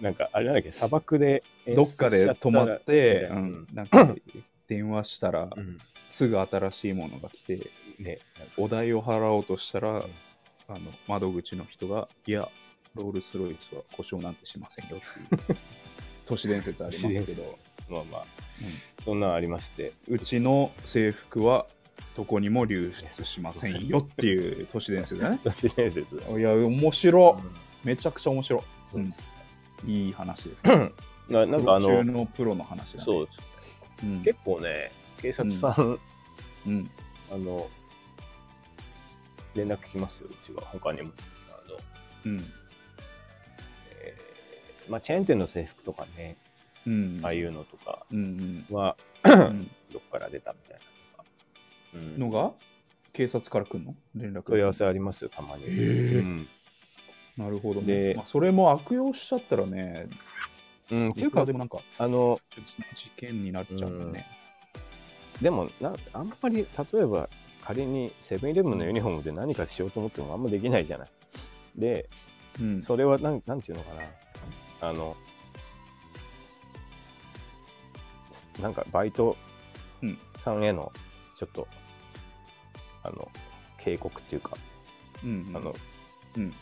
なんかあれなんだっけ砂漠でどっかで止まっ演て、出しちゃっうたらうんん、なんか電話したらうんすぐ新しいものが来てねなんかお代を払おうとしたら、んあの窓口の人が「いやロールスロイスは故障なんてしませんよ っていう都市伝説ありますけど、まあまあ、そんなのありまして、うちの制服はどこにも流出しませんよっていう都市伝説だね。都市伝説だ。いや、面白い。めちゃくちゃ面白そうですい。いい話です、ね。ななんかあプロの、中のプロの話だ、ね。そう、うん。結構ね、警察さん、うん。あの、連絡来ますよ、うちは、他にも。あの、うん。えーまあ、チェーン店の制服とかね、うん。ああいうのとかうん うん。は、うん。どっから出たみたいなのが、うんのが警察から来るの連絡問い合わせありますよ、たまに。へえうんなるほどねで。まあ、それも悪用しちゃったらね、うん、っってていいううかか、でもなんか、あの、ちょっと事件になっちゃうもんね。でもな、あんまり、例えば、仮にセブンイレブンのユニフォームで何かしようと思ってもあんまできないじゃない。で、うん。それはなん、なんていうのかな。あの、なんかバイトうんさんへの、ちょっと、あの、警告っていうか、うんうんあの、うん。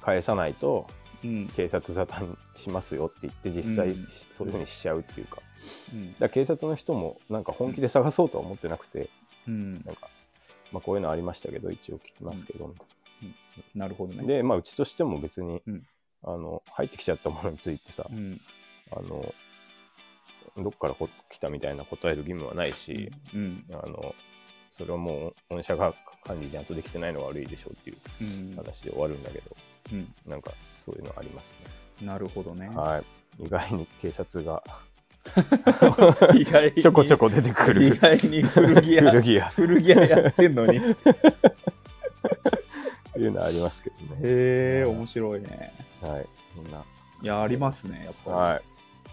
返さないとうん。警察沙汰しますよって言って実際、うんそういうふうにしちゃうっていうか、うんだから警察の人もなんか本気で探そうとは思ってなくて、うんな。んか、まあ、こういうのありましたけど一応聞きますけど、なるほどね。で、まあ、うちとしても別に、うんあの入ってきちゃったものについてさ、うん。あのどっからこ来たみたいな答える義務はないし、うん。あのそれはもう御社が管理ちゃんとできてないのが悪いでしょうっていううん。話で終わるんだけど、うんなんかそういうのありますね。なるほどね。はい、意外に警察が意外に ちょこちょこ出てく意る外に古着古屋、着 屋っ古着屋やってん のに。へていうのはありますけどね。え、面白いね。はい、みんないや、ありますね、やっぱはり。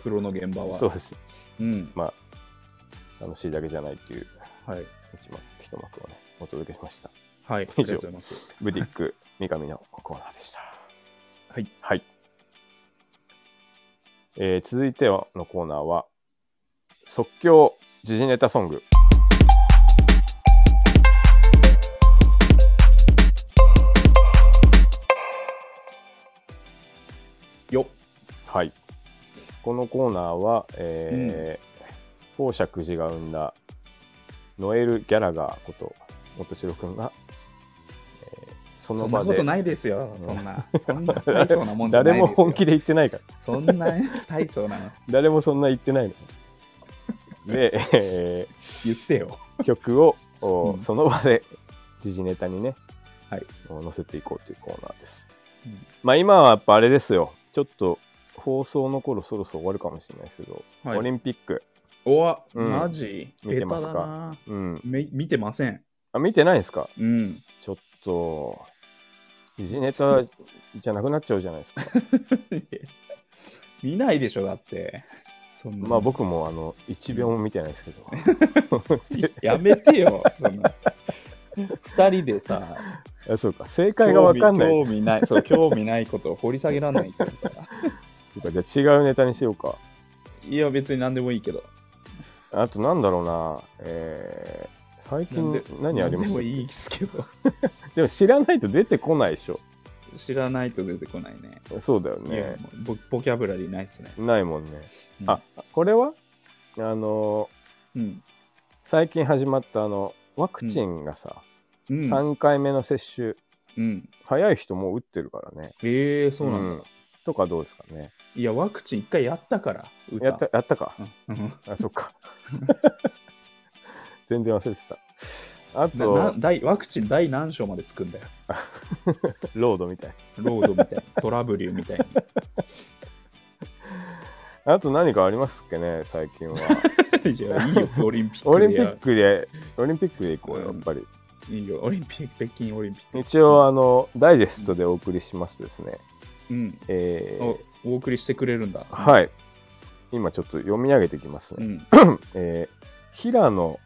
プロの現場い、は。そうです。うん。まあ楽しいだけじゃないっていうはい。一幕一幕をねお届けしました。はい。ありがとうございます。ブティック三上のコーナーでした。はい。はい。えー続いてはのコーナーは、即興時事ネタソング。よっ。はい。このコーナーは、えー、宝釈寺が生んだノエル・ギャラガーこと、元城くんが、えーそそのんな場こでと、ないですよ、そんな。そんな大層なもんじゃな誰いもですよ。本気で言ってないから。そんな大層なの。誰もそんな言ってないの。で、え言ってよ。ー曲を、おうんその場で時事ネタにね、はい載せていこうというコーナーです。うんまあ今はやっぱあれですよ。ちょっと放送の頃そろそろ終わるかもしれないですけど、はいオリンピック、おわ、うんマジ見てますかベタだなうん。め見てません。あ、見てないですかうん。 ちょっと、時事ネタじゃなくなっちゃうじゃないですか。見ないでしょ、だって。そんなまあ僕もあの、1秒も見てないです けど。やめてよ、そんな。二人でさ、あそうか、正解がわかんない興味興味ない、そう、興味ないことを掘り下げらんないから。とか、じゃあ違うネタにしようか。いや、別に何でもいいけど。あとなんだろうな、えー最なん近で何ありまし何でもたでいいですけど。も知らないと出てこないでしょ。知らないと出てこないね。そうだよいやね。もうボボキャブラリーないっすね。ないもんね。うんあ、これはあのうん。ー最近始まったあの、ワクチンがさ、うん。 3回目の接種、うん、早い人もう打ってるからね。ええー、そうなんだ。うんとかどうですかね。いや、ワクチン一回やったから。歌やった、やったか。うんあ、そっ か。全然忘れてた。あななと、第ワクチン第何章までつくんだよ。ロードみたいロードみたい な、トラブリューみたいに。な。あと何かありますっけね、最近 は。いやいいよ、オリンピックで。オリンピックで、オリンピックで行こうよ、やうっんぱり。いいよ、オリンピック、北京オリンピック。一応、あの、ダイジェストでお送りしますとですね、うん。えーおお送りしてくれるんだ。はい。今ちょっと読み上げていきますうね。ん。えー平野、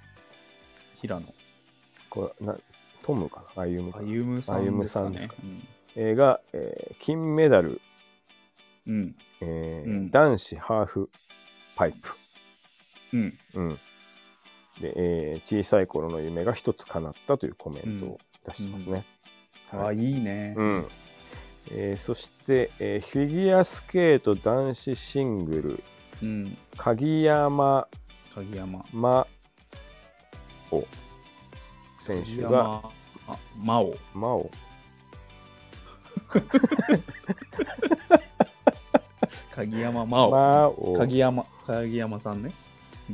平野これなトムかな、歩夢かな歩夢さんですか歩夢さんですねか。えーが、えー金メダル、うん。うん。えーうん男子ハーフパイうん。プ。うん。で、えー小さい頃の夢が一つ叶ったというコメントを出してますね。あ、いいねう。ん。えーそして、えーフィギュアスケート男子シングル、うん。鍵山鍵山。真央選手鍵が、山あ真央。真央、鍵山真央。真央鍵山。鍵山さんね。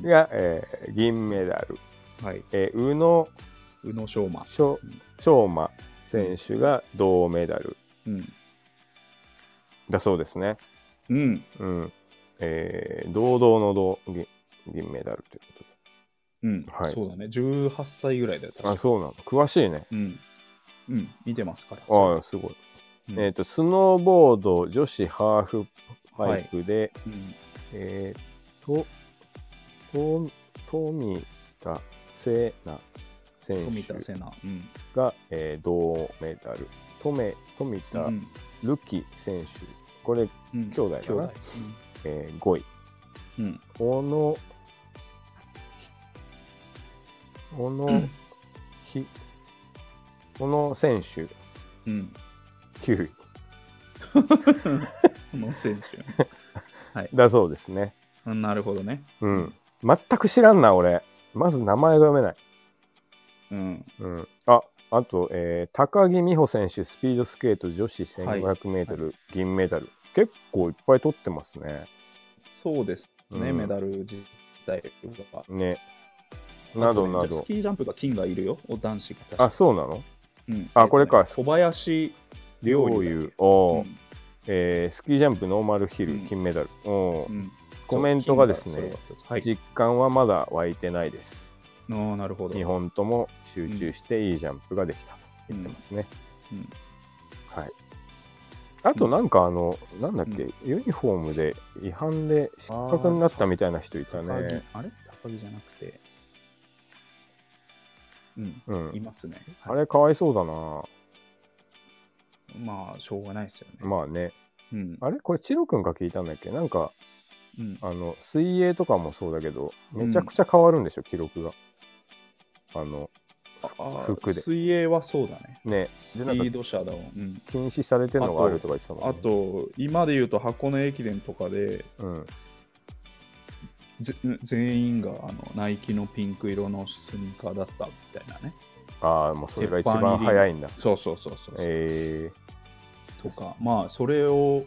が、えー銀メダル、はい。えー宇野宇野昌磨。昌昌磨選手が銅メダルうん。だそうですね。うん。うん。えー堂々の銅銀銀メダルというこうん。はいそうだね。18歳ぐらいだよ。確とで。あ、かそうなの。詳しいね。うん。うん。見てますから。ああ、すごい。うんえっ、と、スノーボード女子ハーフパイプで、うんえー、と、と、富田聖奈富選田手瀬那。うん。が、えー銅メダル。とめ富田うんルキ選手、これ、うん兄弟だなえー5位。うんうん。小野、小野、ひ、小野選手、うん。 9位この選手。だそうですね。あなるほどね。うん。全く知らんな、俺。まず名前が読めない。うん。うん、ああと、えー高木美帆選手、スピードスケート女子1500メートル、銀メダル。結構いっぱい取ってますね。そうですね、うんメダル自体は。ね。などなあとねどス。キージャンプが金がいるよ、お男子が。あ、そうなのうんあこれか小林陵どう侑だっいう。けおーうんえースキージャンプノーマルヒル、うん金メダル。おーうんコメントがですそう金ねが、それだったやつ実感はまだ湧いてないです。はい。ああ、なるほど。 2本とも集中していいジャンプができた。うん言ってますね。うんはい。あとなんかあの、なんだっけ、ユニフォームで違反で失格になったみたいな人いた高木ね。あれ高木じゃなくて。うん、ういん。ますね。あれかわいそうだな。まあ、しょうがないですよね。まあね。うん。あれこれ、チロ君が聞いたんだっけなんか、うんあの、水泳とかもそうだけど、めちゃくちゃ変わるんでしょ、記録が。あの、あ服で水泳はそうだね。ね。で、リなんかード車だもん。うん禁止されてるのがあるとか言ってたもんね。あと、今で言うと箱根駅伝とかで、うん。ぜ全員があのナイキのピンク色のスニーカーだったみたいなね。ああ、もうそれが一番早いんだ。そうそうそうそう。えとか、まあ、それを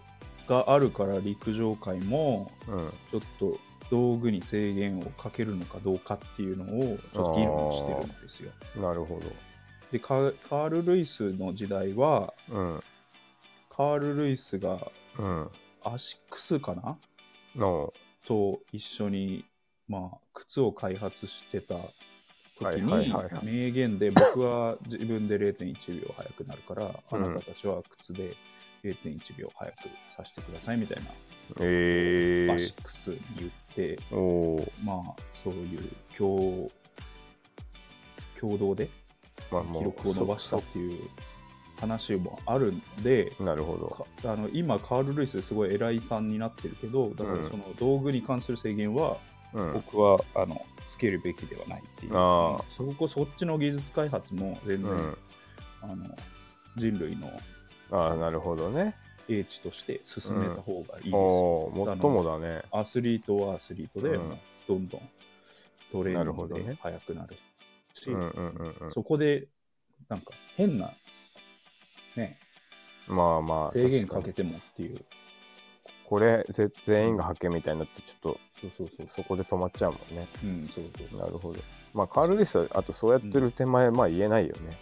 があるから陸上界も、えうん。ちょっと道具に制限をかけるのかどうかっていうのを、ちょっと議論してるんですよ。なるほでカ、カール・ルイスの時代は、ど。うん。カール・ルイスがうん。アシックスかなの、と一緒に、まあ、靴を開発してた時はいにはいはいはい名言で僕は自分で0.1秒速くなるから、うんあなたたちは靴で0.1秒速くさせてくださいみたいなえバえシックスに言って、おーまあそういう共共同でまあもう記録を伸ばしたっていう話もあるんで。そなるほど。かあの今、カール・ルイスすごい偉いさんになってるけど、だからその道具に関する制限はうん。僕はあのつけるべきではないっていうああそこそっちの技術開発も全然、うん。あの人類のああ、なるほどね。英知として進めた方がいいですよ、おおー、もっともだね。アスリートはアスリートで、うんもうどんどんトレーなるニほンどグでね速くなるしうんうんうんうん。そこでなんか変な、ね、まあまあ、制限か確けにてもっていうこれぜ、全員が発見みたいになって、ちょっとそうそうそうそこで止まっちゃうもんね。うんそうそうなるほど。まあ、カール・リスは、あとそうやってる手前、まあ言えないよね。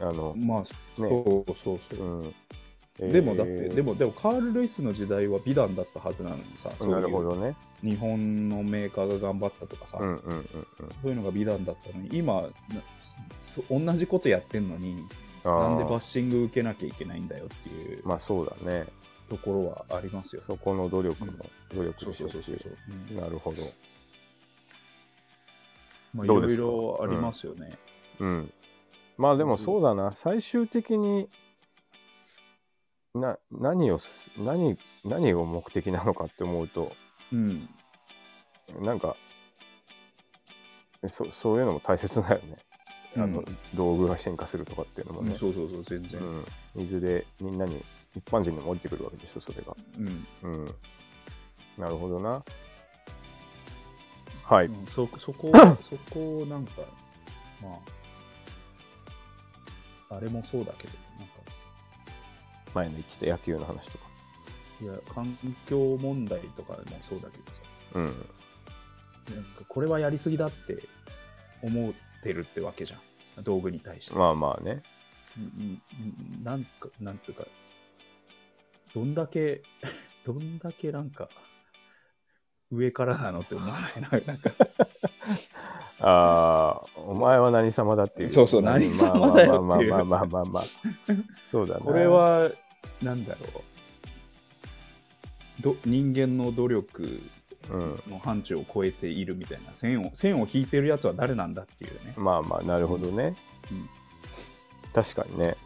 あの、まあそうそうそう、うん。でもだって、えーで、もでもカール・ルイスの時代は美談だったはずなのにさ、そういうなるほどね。日本のメーカーが頑張ったとかさ、うんうんうんうん。そういうのが美談だったのに、今、なそ同じことやってんのに、あなんーでバッシング受けなきゃいけないんだよっていうまあそうだね。ところはありますよ。そこの努力のうん努力でしょっていうんなるほど。まあ、いどうろですいかろありますよね。うん。まあでもそうだな。最終的に、な、何をす、何、何を目的なのかって思うと、うん。なんか、そそういうのも大切だよね。あの、うん道具が進化するとかっていうのもうんね、そうそうそう、全然。うん、いずれみんなに一般人にも降りてくるわけでしょそれが、うんうん、なるほどなはい、うんそそこそこをなんかまああれもそうだけどなんか前の言ってた野球の話とかいや環境問題とかもそうだけどうんさなんかこれはやりすぎだって思ってるってわけじゃん道具に対して、まあまあねうんうんうんなんかなんつうかどんだけ どんだけなんか上からなのって思わないななんかああお前は何様だっていうそうそうまあ何様だよまっあていうまあまあまあまあまあそうだねこれは、なんだろう。ど人間の努力うんの範疇を超えているみたいな線を線を引いてるやつは誰なんだっていうね、まあまあなるほどね、うん確かにね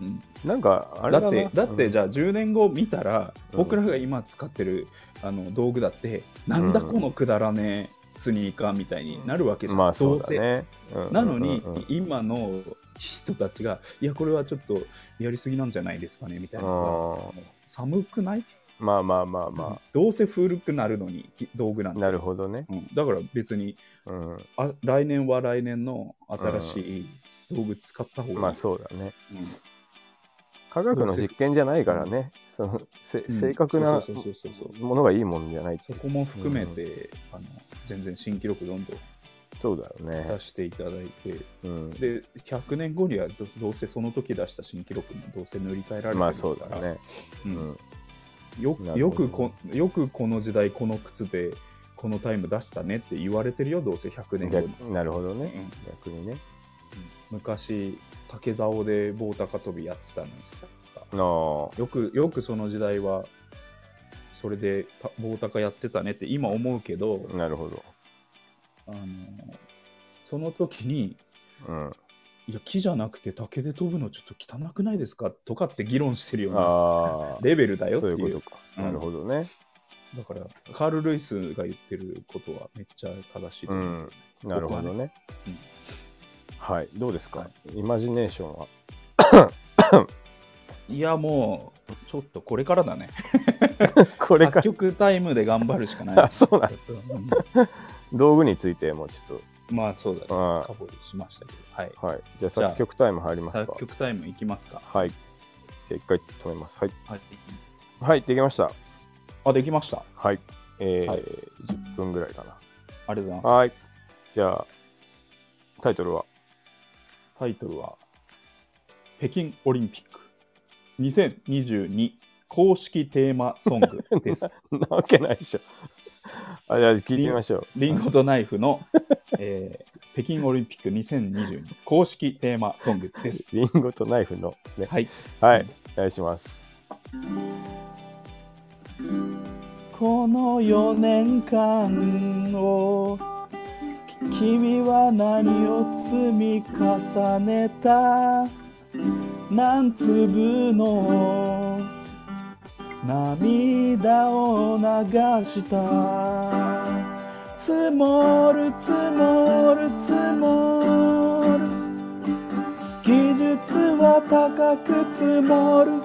うんなんかあれだだっなてだってうんじゃあ10年後見たら、うん僕らが今使ってるあの道具だって、なんだこのくだらねえスニーカーみたいになるわけじゃん、まあそうだどうね、うんうんうんうせんなのに、今の人たちがいやこれはちょっとやりすぎなんじゃないですかねみたいなのがうん寒くないまあまあまあまどうせ古くなるのにき道具なんあだなるほどねうんだから別にうんあ来年は来年の新しい道具使った方がいい、まあそうだね。うん科学の実験じゃないからね、そのせうん正確なそうそうそうそうそうものがいいもんじゃないってそこも含めて、あの全然新記録どんどんそうだよね出。していただいて、うん、で100年後にはどどうせその時出した新記録もどうせ塗り替えられてるからまあそうだね。ううんん、よなるほどよくこよくこの時代この靴でこのタイム出したねって言われてるよどうせ100年後に、逆なるほどね。うん逆にね。昔竹竿で棒高跳びやってたのにさああ、よくよくその時代はそれでた棒高やってたねって今思うけどなるほど。あのその時にうん、あいや木じゃなくて竹で飛ぶのちょっと汚くないですかとかって議論してるようなあレベルだよー、ってそういいううことか。うんなるほどね。だからカール・ルイスが言ってることはめっちゃ正しいとう思いんます、、なるほど僕ね。うんはい、どうですか、はイマジネーションは。 いやもうちょっとこれからだねこれか作曲タイムで頑張るしかないら、あ そうなんうん道具についてもうちょっまあそうだねと、うん深掘りしましたけど、はい。はい。じゃあじゃあ作曲タイム入りますか作。曲タイムいきますか。はい。じゃあ一回止めます。はい。はい。はい、できました。あ、できました。あはい。えーはい10分ぐらいかりがとうございな。ます。はい。じゃあ、タイトルは タイトルは、北京オリンピック2022公式テーマソングです。 なわけないでしょ。あ、じゃあ聞いてみましょう。リンゴとナイフの、えー北京オリンピック2022公式テーマソングです。リンゴとナイフの、ね。はい。はい。お願いします。この4年間をき君は何を積み重ねた何粒の涙を流した積もる積もる積もる技術は高く積もる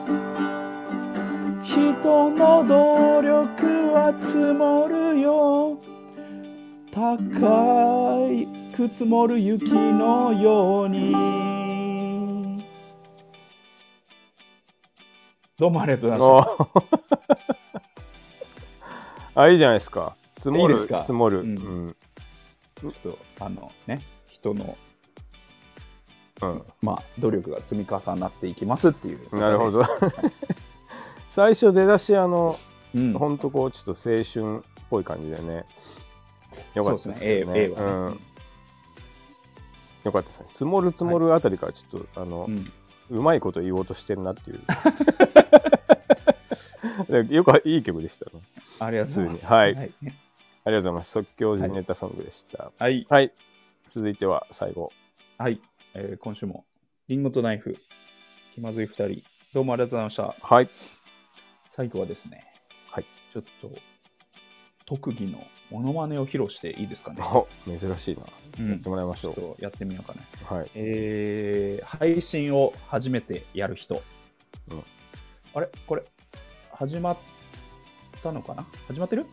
人の努力は積もるよ高いく積もる雪のようにどうもありがとうございましお あ、いいじゃないですか。積もる、いいですか積もる。ううんん。たちょっとあのね人のうん。まあ努力が積み重なっていきますっていうなるほど。最初出だし、あの、うん、ほんとこう、ちょっと青春っぽい感じでね。よかったですけど A, A はね、うんよかったですね。積もる積もるあたりからちょっと、あの、うんうまいこと言おうとしてるな っていう。でよくいい曲でしたね。ありがとうございますはいはい、ありがとうございます。即興時ネタソングでした。はい、はい続いては最後。はいえー今週もリンゴとナイフ気まずい二人どうもありがとうございましたはい。最後はですね、はい、ちょっと特技のモノマネを披露していいですかね。お珍しいな。うんやってもらいましちょょっとやってみようかね。う。はい。えー配信を初めてやる人。うんあれこれ、始まったのかな始まってる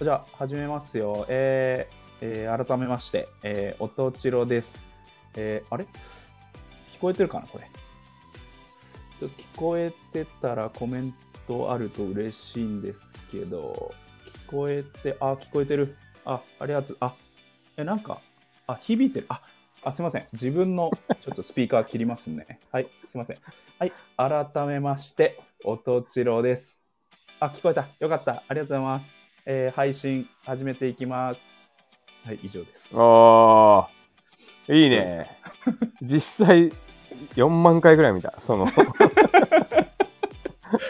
じゃあ、始めますよ。えーえー改めまして、えー、おとちろです。えーあれ聞こえてるかなこれ。ちょっと聞こえてたらコメントあると嬉しいんですけど、聞こえて、あ、聞こえてる。あ、ありがとう。あ、え、なんか、あ、響いてる。あ、あ、すいません。自分のちょっとスピーカー切りますね。 はい、すいません。はい、改めまして、おとちろです。あ、聞こえた。よかった。ありがとうございます。えー配信始めていきます。はい、以上です。ああ、いいね。実際、4万回ぐらい見た。 その、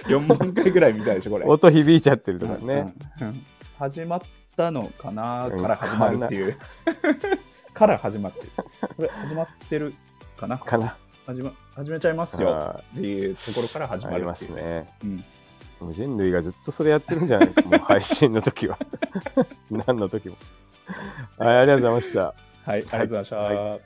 4万回ぐらい見たでしょ、これ。音響いちゃってるとかね。うんうん始まったのかなから始まるっていう。から始まってる。これ、始まってるかなかな。始ま始めちゃいますよあっていうところから始ーまるあっていりうますね。うんもう人類がずっとそれやってるんじゃない か。もう配信の 時は。何の時も。はい、ありがとうございました。はい、ありがとうございました。は